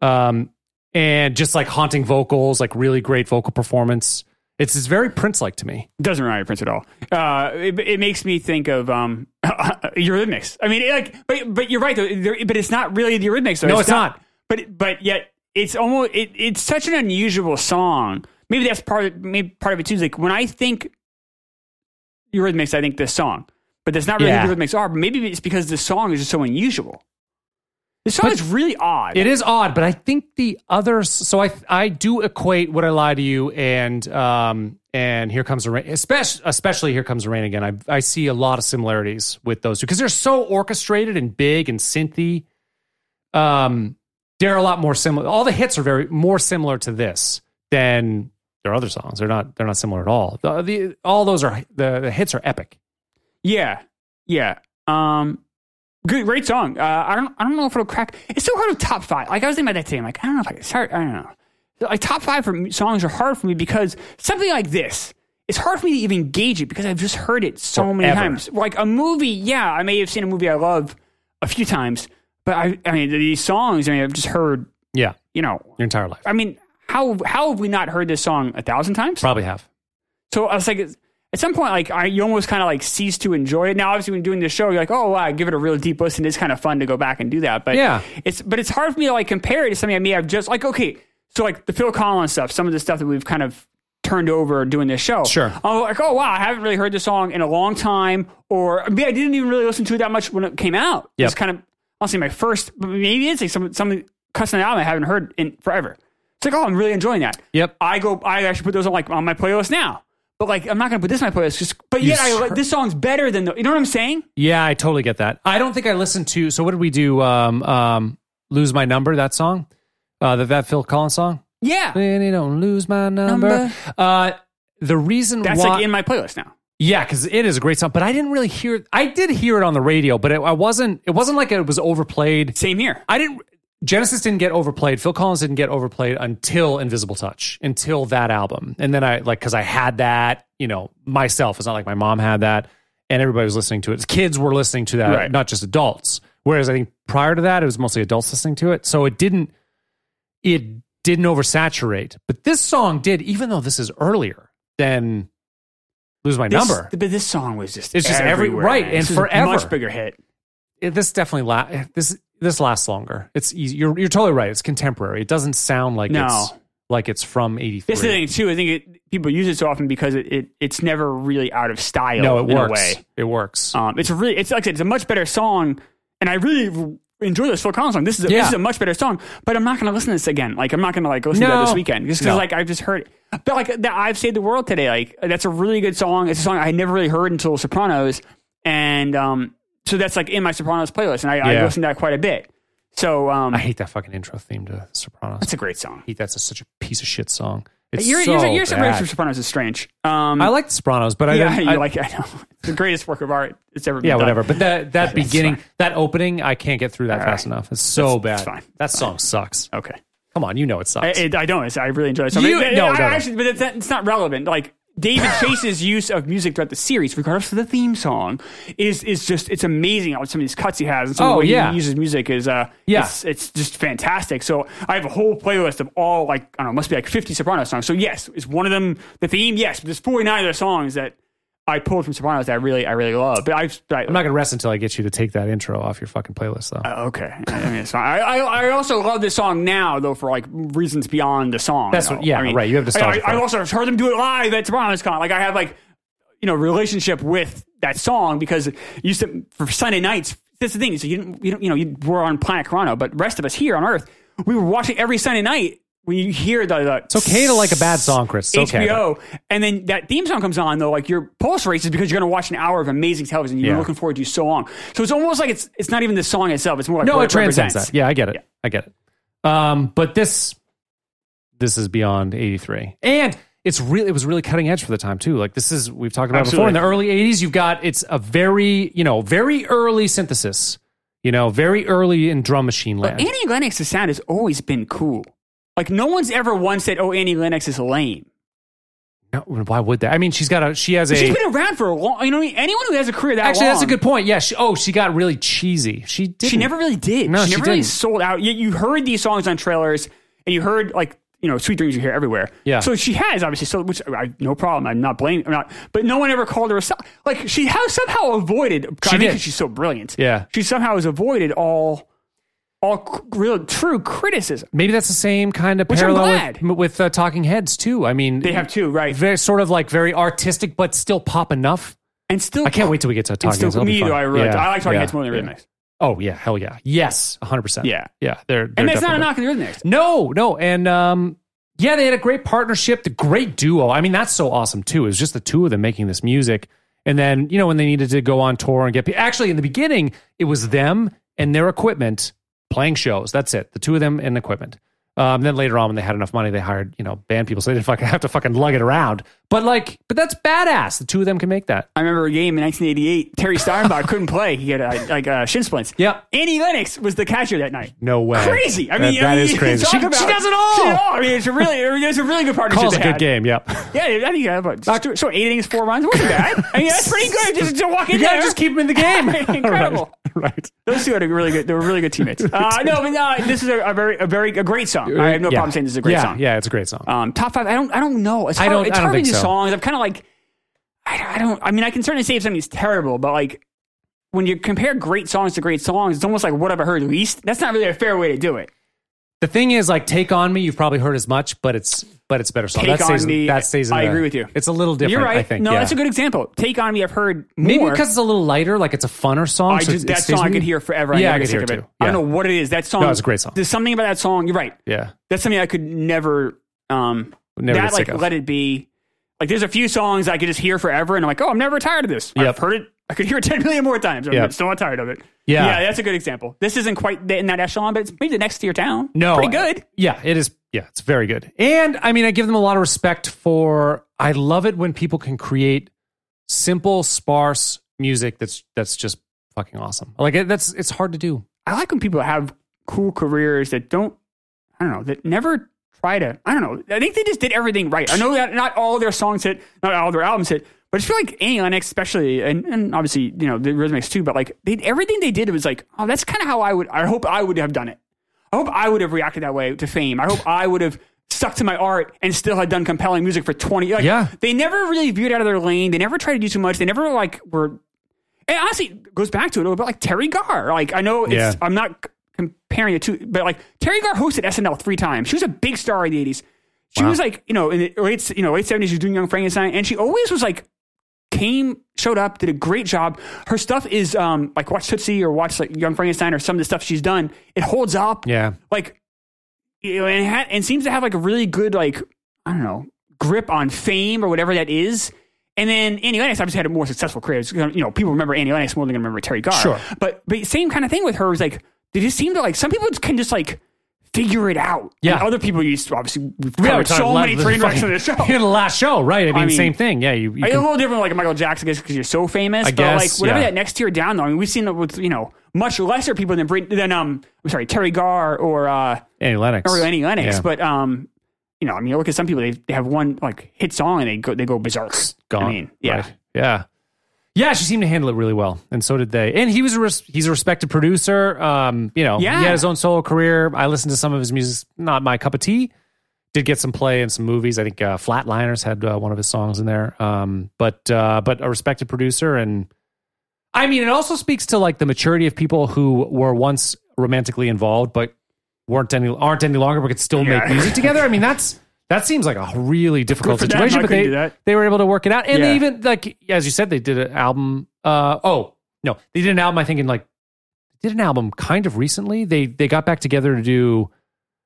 Um, and just like haunting vocals, like really great vocal performance. It's, it's very Prince like to me. Doesn't remind me of Prince at all. Uh, it, it makes me think of um, Eurythmics. I mean, it, like, but but you're right though. There, but it's not really the Eurythmics. Though. No, it's not. But but yet it's almost it, it's such an unusual song. Maybe that's part of, maybe part of it too. Is like when I think Eurythmics, I think this song. But that's not really Yeah. who Eurythmics are. But maybe it's because the song is just so unusual. The song is really odd. It is odd, but I think the other. So I I do equate "Would I Lie to You" and um and "Here Comes the Rain," especially especially "Here Comes the Rain" again. I I see a lot of similarities with those two because they're so orchestrated and big and synthy. Um, they're a lot more similar. All the hits are very more similar to this than their other songs. They're not they're not similar at all. The, the all those are the, the hits are epic. Yeah, yeah. Um, good, great song. Uh, I don't, I don't know if it'll crack. It's so hard to top five. Like I was thinking about that today. I'm like, I don't know if I can start. I don't know. Like top five for me, songs are hard for me because something like this, it's hard for me to even gauge it because I've just heard it so many Forever. times. Like a movie, yeah, I may have seen a movie I love a few times, but I, I mean, these songs, I mean, I've just heard. Yeah, You know, your entire life I mean, how how have we not heard this song a thousand times? probably have. So I was like, at some point, like I, you almost kind of like cease to enjoy it. Now, obviously, when doing this show, you're like, oh wow, give it a real deep listen. It's kind of fun to go back and do that. But Yeah. it's but it's hard for me to like compare it to something I may have just like okay, so like the Phil Collins stuff, some of the stuff that we've kind of turned over doing this show. Sure. I'm like, oh wow, I haven't really heard this song in a long time, or I mean, I didn't even really listen to it that much when it came out. Yep. It's kind of honestly my first, but maybe it's like some some custom album I haven't heard in forever. It's like, oh, I'm really enjoying that. Yep. I go, I actually put those on like on my playlist now. But like, I'm not gonna put this on my playlist. Just, but yet, I, like, this song's better than the. You know what I'm saying? Yeah, I totally get that. I don't think I listened to. So what did we do? Um, um, lose my number. That song, uh, that that Phil Collins song. Yeah, Really don't lose my number. Number. Uh, the reason that's why, like in my playlist now. yeah, because it is a great song. But I didn't really hear. I did hear it on the radio, but it, I wasn't. It wasn't like it was overplayed. Same here. I didn't. Genesis didn't get overplayed. Phil Collins didn't get overplayed until Invisible Touch, until that album. And then I like because I had that, you know, myself. It's not like my mom had that, and everybody was listening to it. Kids were listening to that, Right. not just adults. Whereas I think prior to that, it was mostly adults listening to it. So it didn't, it didn't oversaturate. But this song did, even though this is earlier than Lose My This- Number. but this song was just It's just every- everywhere, right, man. and This is forever. a much bigger hit. it, this definitely la- this this lasts longer. It's easy. You're you're totally right. It's contemporary. It doesn't sound like No. it's like it's from '83. This is the thing too. I think it, people use it so often because it, it it's never really out of style. No, it in works. A way. It works. Um, it's a really, it's like I said, it's a much better song, and I really enjoy this Phil Collins song. This is a, Yeah. this is a much better song, but I'm not going to listen to this again. Like I'm not going to like listen to No. it this weekend just because No. like I've just heard it. But like that, I've saved the world today. Like that's a really good song. It's a song I never really heard until Sopranos, and um, so that's like in my Sopranos playlist, and I, I Yeah. listen to that quite a bit. So um, I hate that fucking intro theme to Sopranos. it's a great song. I hate that's a, such a piece of shit song. It's Your, so your, your separation bad. from Sopranos is strange. Um, I like the Sopranos, but I yeah, didn't- you I, like it. I know. It's the greatest work of art that's ever been yeah, done. whatever. But that that That's beginning, fine. that opening, I can't get through that All fast right. enough. It's so That's- bad. that's fine. That song sucks. Okay. Come on, you know it sucks. I, it, I don't. It's, I really enjoy it. So You- I, I- no, I- no, no. actually, but it's, it's not relevant. Like David Chase's use of music throughout the series, regardless of the theme song, is is just it's amazing. How some of these cuts he has and some of Oh, the way yeah. he uses music is uh Yeah. it's, it's just fantastic. So I have a whole playlist of all like I don't know, must be like fifty soprano songs. So yes, is one of them the theme? Yes, but there's forty nine other songs that. I pulled from Sopranos that I really, I really love, but I've, I, I'm not gonna rest until I get you to take that intro off your fucking playlist, though. okay. I mean, it's fine. I, I, I also love this song now, though, for like reasons beyond the song. That's though. what- yeah, right, you have I, nostalgia I, for I it. also have heard them do it live at Toronto's Con. Like I have like you know relationship with that song because it used to for Sunday nights. That's the thing. So you didn't- you don't, you know you were on Planet Toronto, but rest of us here on Earth, we were watching every Sunday night. When you hear the, the It's okay to like a bad song, Chris. It's okay. HBO, and then that theme song comes on though, like your pulse races because you're going to watch an hour of amazing television you've Yeah. been looking forward to so long. So it's almost like it's it's not even the song itself; it's more like no, what it transcends represents. that. Yeah, I get it. I get it. Um, but this this is beyond 83. And it's really it was really cutting edge for the time too. Like this is we've talked about it before in the early 80s you've got it's a very, you know, very early synthesis. You know, very early in drum machine land. Annie Lennox's sound has always been cool. Like no one's ever once said, "Oh, Annie Lennox is lame." No, why would that? I mean, she's got a she has a She's been around for a long. You know, anyone who has a career that Actually, long, that's a good point. Yeah, she, oh, she got really cheesy. She did She never really did. No, she she never really didn't. sold out. Yet you heard these songs on trailers, and you heard like you know sweet dreams you hear everywhere. Yeah. So she has obviously so which I, no problem. I'm not blaming. I'm not. But no one ever called her a so- like she has somehow avoided. She did. because she's so brilliant. Yeah. She somehow has avoided all all c- real true criticism. Maybe that's the same kind of Which I'm parallel with, glad. m- with uh, Talking Heads too. I mean, They have two right, very sort of like very artistic, but still pop enough. and still I can't wait till we get to And Talking still, Heads. That'll me be fun. though, I really Yeah, I like Talking yeah, Heads more than the yeah. Rhythmics. Oh yeah, hell yeah, yes, hundred percent. Yeah. yeah, they're, And that's not a enough. knock on the Rhythmics. No, no, and um, yeah, they had a great partnership, the great duo. I mean, that's so awesome too. It was just the two of them making this music, and then you know when they needed to go on tour and get pe- actually in the beginning it was them and their equipment playing shows. That's it, the two of them and equipment. Um, then later on, when they had enough money, they hired you know band people, so they didn't fucking have to fucking lug it around. But like, but that's badass. The two of them can make that. I remember a game in 1988. Terry Steinbach couldn't play. He had uh, like uh, shin splints. Yeah. Andy Lennox was the catcher that night. No way. Crazy. I mean, That- that I mean, is you crazy. talk She- she about- does it all. She does I mean, it's a really, it was a really good partnership. Calls a they good had. game. Yep. Yeah, I think uh, yeah, but so, so eight innings, four runs, wasn't bad. I mean, that's pretty good. Just to walk in You gotta there. just keep them in the game. Incredible. right. right. Those two had a really good. They were really good teammates. Uh, no, but uh, this is a, a very, a very, a great song. I have no Yeah. problem saying this is a great yeah, song. Yeah, it's a great song. Um, top five. I don't. I don't know. It's I hard, don't- It's I don't hard think to do so. songs. I'm kind of like. I don't, I don't. I mean, I can certainly say if something's terrible, but like when you compare great songs to great songs, it's almost like what have I heard least. That's not really a fair way to do it. The thing is, like, "Take on Me," you've probably heard as much, but it's but it's better song. Take that On stays in- Me, That stays. In I the- agree with you. It's a little different. You're right. I think. no, yeah. that's a good example. Take on me. I've heard more. Maybe because it's a little lighter, like it's a funner song. I so just it that stays song I with could you. hear forever. I Yeah, I never could get hear sick of it it. too. I don't Yeah. know what it is. That song. No, it's a great song. There's something about that song. You're right. Yeah, That's something I could never. Um, Never that get sick like of. let it be. Like there's a few songs I could just hear forever, and I'm like, oh, I'm never tired of this. Yep. I've heard it. I could hear it 10 million more times. I'm Yep. still not tired of it. Yeah. yeah, that's a good example. This isn't quite in that echelon, but it's maybe the next to your town. no, pretty good. Yeah, it is. Yeah, it's very good. And I mean, I give them a lot of respect for. I love it when people can create simple, sparse music that's that's just fucking awesome. Like it, that's it's hard to do. I like when people have cool careers that don't, I don't know, that never try to, I don't know. I think they just did everything right. I know that not all their songs hit, not all their albums hit, but I just feel like Annie Lennox, especially, and, and obviously, you know, the Rhythmics too, but like they, everything they did was like, oh, that's kind of how I would, I hope I would have done it. I hope I would have reacted that way to fame. I hope I would have stuck to my art and still had done compelling music for 20 like, Yeah. They never really veered out of their lane. They never tried to do too much. They never like were and honestly it goes back to it a little bit like Terry Garr. Like I know it's, Yeah. I'm not c- comparing the two, but like Terry Garr hosted SNL three times. She was a big star in the 80s. She was like you know in the late you know late 70s. She was doing Young Frankenstein, and she always was like came showed up did a great job her stuff is um like watch tootsie or watch like young frankenstein or some of the stuff she's done it holds up Yeah, like you know, and ha- and seems to have like a really good like I don't know grip on fame or whatever that is. And then Annie Lennox obviously had a more successful career. It's, You know, people remember Annie Lennox more than they remember Terry Garr. Sure. but but same kind of thing with her was like they just seem to like some people can just like figure it out. Yeah. and other people used to, obviously we've we covered so many train wrecks on this show. In the last show, right? I mean, mean, same thing. Yeah, you. you It's can- a little different, like Michael Jackson, because you're so famous. I but guess, like whatever yeah. that next tier down, though, I mean, we've seen it with you know much lesser people than Brit- than um, I'm sorry, Terry Garr or uh, Annie Lennox. or any Lennox, Yeah. but um, you know, I mean, look at some people. They, they have one like hit song and they go they go berserk. gone. I mean, yeah, Right. Yeah. Yeah, she seemed to handle it really well, and so did they. And he was a res- he's a respected producer. Um, you know, Yeah. he had his own solo career. I listened to some of his music, not my cup of tea. Did get some play in some movies. I think uh, Flatliners had uh, one of his songs in there. Um, but uh, but a respected producer, and I mean, it also speaks to like the maturity of people who were once romantically involved, but weren't any aren't any longer, but could still make Yeah. music together. I mean, that's that seems like a really difficult for them. situation, I but couldn't they do that. they were able to work it out. And Yeah. they even like as you said, they did an album. Uh oh no, they did an album. I think in like did an album kind of recently. They they got back together to do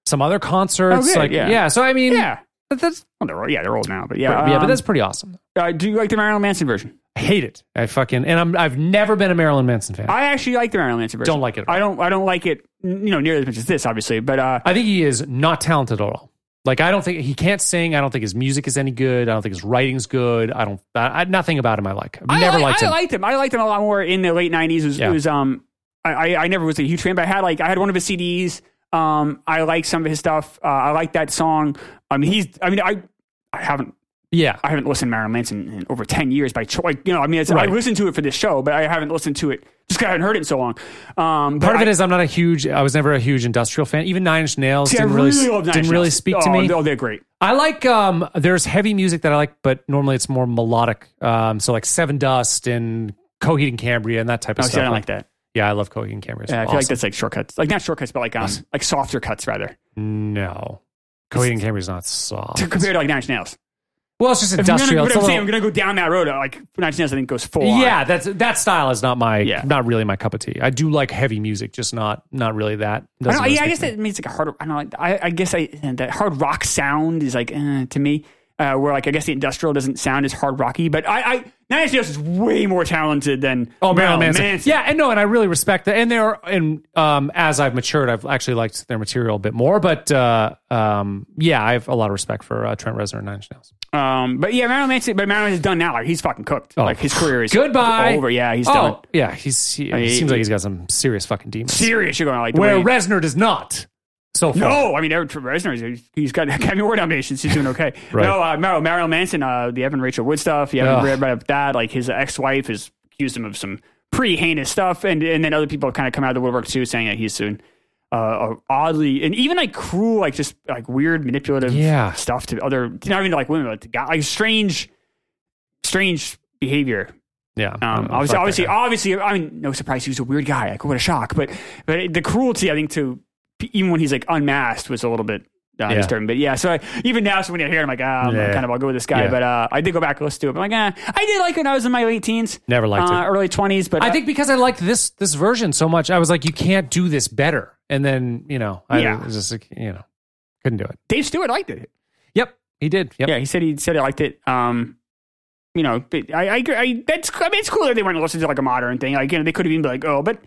some other concerts. Oh, good, like yeah. So I mean, yeah. but that's Well, they're old- yeah, they're old now, but yeah, yeah, but um, that's pretty awesome. uh, do you like the Marilyn Manson version? I hate it. I fucking and I'm I've never been a Marilyn Manson fan. I, I actually like the Marilyn Manson version. Don't like it at all. I don't. I don't like it. n- You know, nearly as much as this, obviously. But uh, think he is not talented at all. Like I don't think he can't sing. I don't think his music is any good. I don't think his writing's good. I don't. I, I- nothing about him I like. I've never I, liked I him. liked him. I liked him a lot more in the late '90s. It was, Yeah. it was um, I, I I never was a huge fan, but I had like I had one of his CDs. Um, I like some of his stuff. Uh, I like that song. I mean, he's. I mean, I I haven't Yeah. I haven't listened to Marilyn Manson in over 10 years by choice. Like, you know, I mean, it's, Right. I listened to it for this show, but I haven't listened to it just 'cause I haven't heard it in so long. Um, Part of it is I'm not a huge. I was never a huge industrial fan. Even Nine Inch Nails I didn't really, really, love Nine didn't Inch really Nails. speak to oh, me. Oh, they're great. I like um there's heavy music that I like, but normally it's more melodic. Um so like Seven Dust and Coheed and Cambria and that type of Oh, stuff. see, I don't like that. Yeah, I love Coheed and Cambria. It's Yeah, I feel like awesome. that's like shortcuts, like not shortcuts, but like um, like softer cuts rather no. Coheed and Cambria's not soft. to, compared to like Nine Inch Nails. Well, it's just If I'm gonna- industrial. but It's a I'm saying I'm little, gonna go down that road. uh, Like Nine Inch Nails, I think goes full. on. yeah, that's that style is not my Yeah. not really my cup of tea. I do like heavy music, just not not really that. I, Doesn't don't, really yeah, I speak guess to me. it means like a hard. I don't. know, I, I guess I that hard rock sound is like eh, to me. Uh, where like I guess the industrial doesnine sound as hard rocky, but I, I Nine Inch Nails is way more talented than Oh, Marilyn Manson. Yeah, and no, and I really respect that. And they are, and um, as I've matured, I've actually liked their material a bit more. But uh, um, yeah, I have a lot of respect for uh, Trent Reznor and Nine Inch Nails. Um, but yeah, Marilyn Manson. But Marilyn is done now. Like he's fucking cooked. Like his career is Oh. Goodbye. over. Yeah, he's oh, done. Yeah, he's he, it mean, seems like he's got some serious fucking demons. Serious, you're going like the Where way- Reznor does not. So far. No, I mean Eric Reznor. he's- He's got Academy Award nominations. He's doing okay. Right. No, uh, Mar- Marilyn Manson, uh, the Evan Rachel Wood stuff. You haven't Ugh. read about that. Like his ex-wife has accused him of some pretty heinous stuff, and and then other people have kind of come out of the woodwork too, saying that he's doing uh, oddly and even like cruel, like just like weird manipulative Yeah. stuff to other, not even like women, but to guy, like strange, strange behavior Yeah. um, I'm- I'm obviously, fucked obviously, that guy. obviously, I mean, no surprise he was a weird guy. Like, what a shock! But, but the cruelty, I think, to even when he's like unmasked, was a little bit uh, Yeah. disturbing. But yeah, so I, even now, so when I hear, it, I'm like, ah, I'm Yeah. kind of, I'll go with this guy. Yeah. But uh, I did go back and listen to it. But I'm like, ah, I did like it when I was in my late teens, Never liked uh, it. early 20s. But I think because I liked this this version so much, I was like, you can't do this better. And then you know, I Yeah. was just like, you know, couldn't do it. Dave Stewart liked it. Yep, he did. Yep. Yeah, he said he said he liked it. Um, you know, but I, I, I that's I mean, it's cool that they want to listen to like a modern thing. Like, you know, they could have been like, oh, but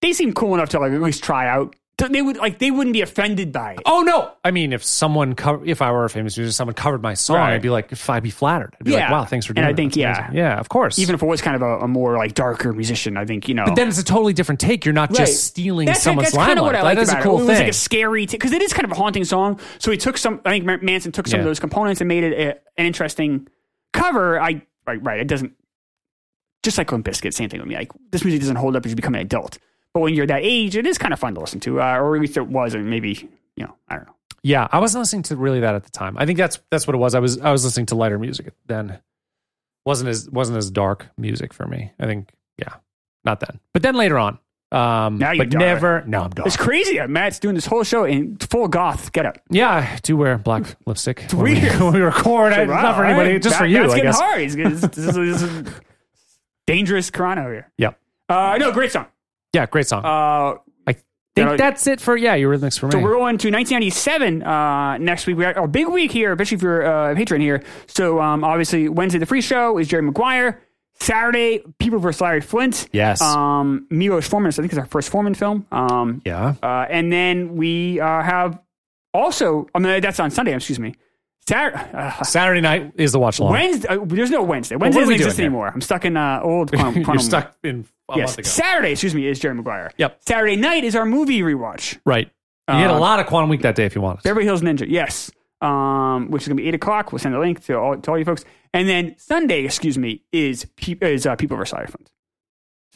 they seem cool enough to like at least try out. They would like they wouldn't be offended by it. Oh no! I mean, if someone cover, if I were a famous musician, someone covered my song, Right. I'd be like, if I'd be flattered. I'd be like, Yeah. wow, thanks for And doing I that. think, That's yeah. amazing. yeah, of course. even if it was kind of a, a more like darker musician, I think you know. but then it's a totally different take. You're not Right. just stealing that's, someone's that's kind of what I limelight. liked That is about a cool it. It was thing. like a scary because it is kind of a haunting song. So he took some. I think Ma- Manson took some of Yeah. those components and made it a, an interesting cover. I right, right. It doesn't just like Limp Bizkit. Same thing with me. Like this music doesn't hold up as you become an adult. But when you're that age, it is kind of fun to listen to, uh, or at least it was, and maybe you know, I don't know. yeah, I wasn't listening to really that at the time. I think that's that's what it was. I was I was listening to lighter music then. wasn't as wasn't as dark music for me. I think yeah, not then, but then later on. Um, Now you're but dark. never. No, I'm dark. It's crazy. that Matt's doing this whole show in full goth getup. Yeah, I do wear black lipstick when we, weird. when we record. I- Wow, not for anybody, right? just for That- you, That's I getting guess. hard. It's- it's- this is- this is dangerous Corona here. Yep. Uh, no, great song. Yeah, great song. Uh, I Yeah, think like- that's it for yeah, Eurythmics for me. so we're going to 1997 uh, next week. We got a big week here, especially if you're uh, a patron here. So um, obviously Wednesday the free show is Jerry Maguire. Saturday, People vs. Larry Flint. Yes. Um, Milos Forman, I think is our first Foreman film. Um, yeah, uh, and then we uh, have also, I mean, that's on Sunday, excuse me. Saturday, uh, Saturday night is the watch along. Wednesday. Uh, there's no Wednesday. Wednesday Oh. what are we doesn't exist doing here? anymore. I'm stuck in uh, old quantum. You're quantum- stuck in a Yes. month ago. Saturday, excuse me, is Jerry Maguire. Yep. Saturday night is our movie rewatch. Right. You Uh, get a lot of Quantum Week that day if you want it. Beverly Hills Ninja. Yes. Um, which is gonna be eight o'clock. We'll send a link to all to all you folks. And then Sunday, excuse me, is Pe- is uh, People vs. Cyberpunk.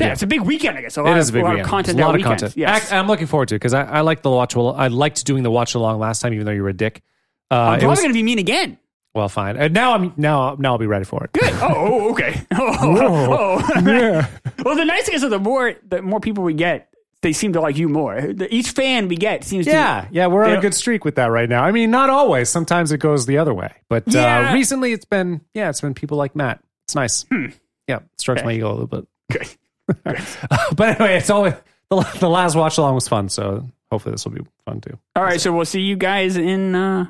Yeah, Yeah. it's a big weekend, I guess. A lot It is a of, big lot weekend. of content. There's a that lot of weekend. content. Yes. Ac- uh, I'm looking forward to it because I, I like the watch. al- I liked doing the watch along last time, even though you were a dick. Uh, I'm it probably was- gonna be mean again. well, fine. And now I'm now now I'll be ready for it. Good. Oh, oh okay. Oh, Whoa. oh. yeah. Well, the nice thing is that the more the more people we get, they seem to like you more. The- Each fan we get seems to Yeah, yeah, we're on Yeah. a good streak with that right now. I mean, not always. Sometimes it goes the other way, but Yeah. Hmm. uh, recently it's been yeah, it's been people like Matt. It's nice. Yeah, strokes my ego a little bit. Uh, Good. but anyway, it's always the, the last watch along was fun, so hopefully this will be fun too. All right, so we'll see you guys in uh,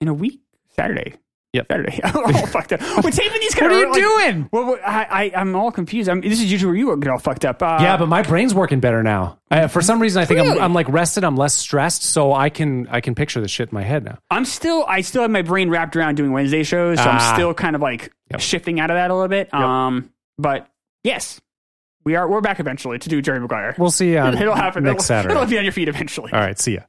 in a week, Saturday. Yep. Saturday. oh, fucked up. We're taping these. What Kind are of, you doing? Well, well, I, I I'm all confused. I'm, this is usually where you get all fucked up. Uh, yeah, but my brain's working better now. I, for some reason, I think Really? I'm, I'm like rested. I'm less stressed, so I can I can picture this shit in my head now. I'm still I still have my brain wrapped around doing Wednesday shows, so Ah. I'm still kind of like Yep. shifting out of that a little bit. Um, but yes, we are we're back eventually to do Jerry Maguire. We'll see you on it'll happen next it'll, Saturday. It'll be on your feet eventually. All right, see ya.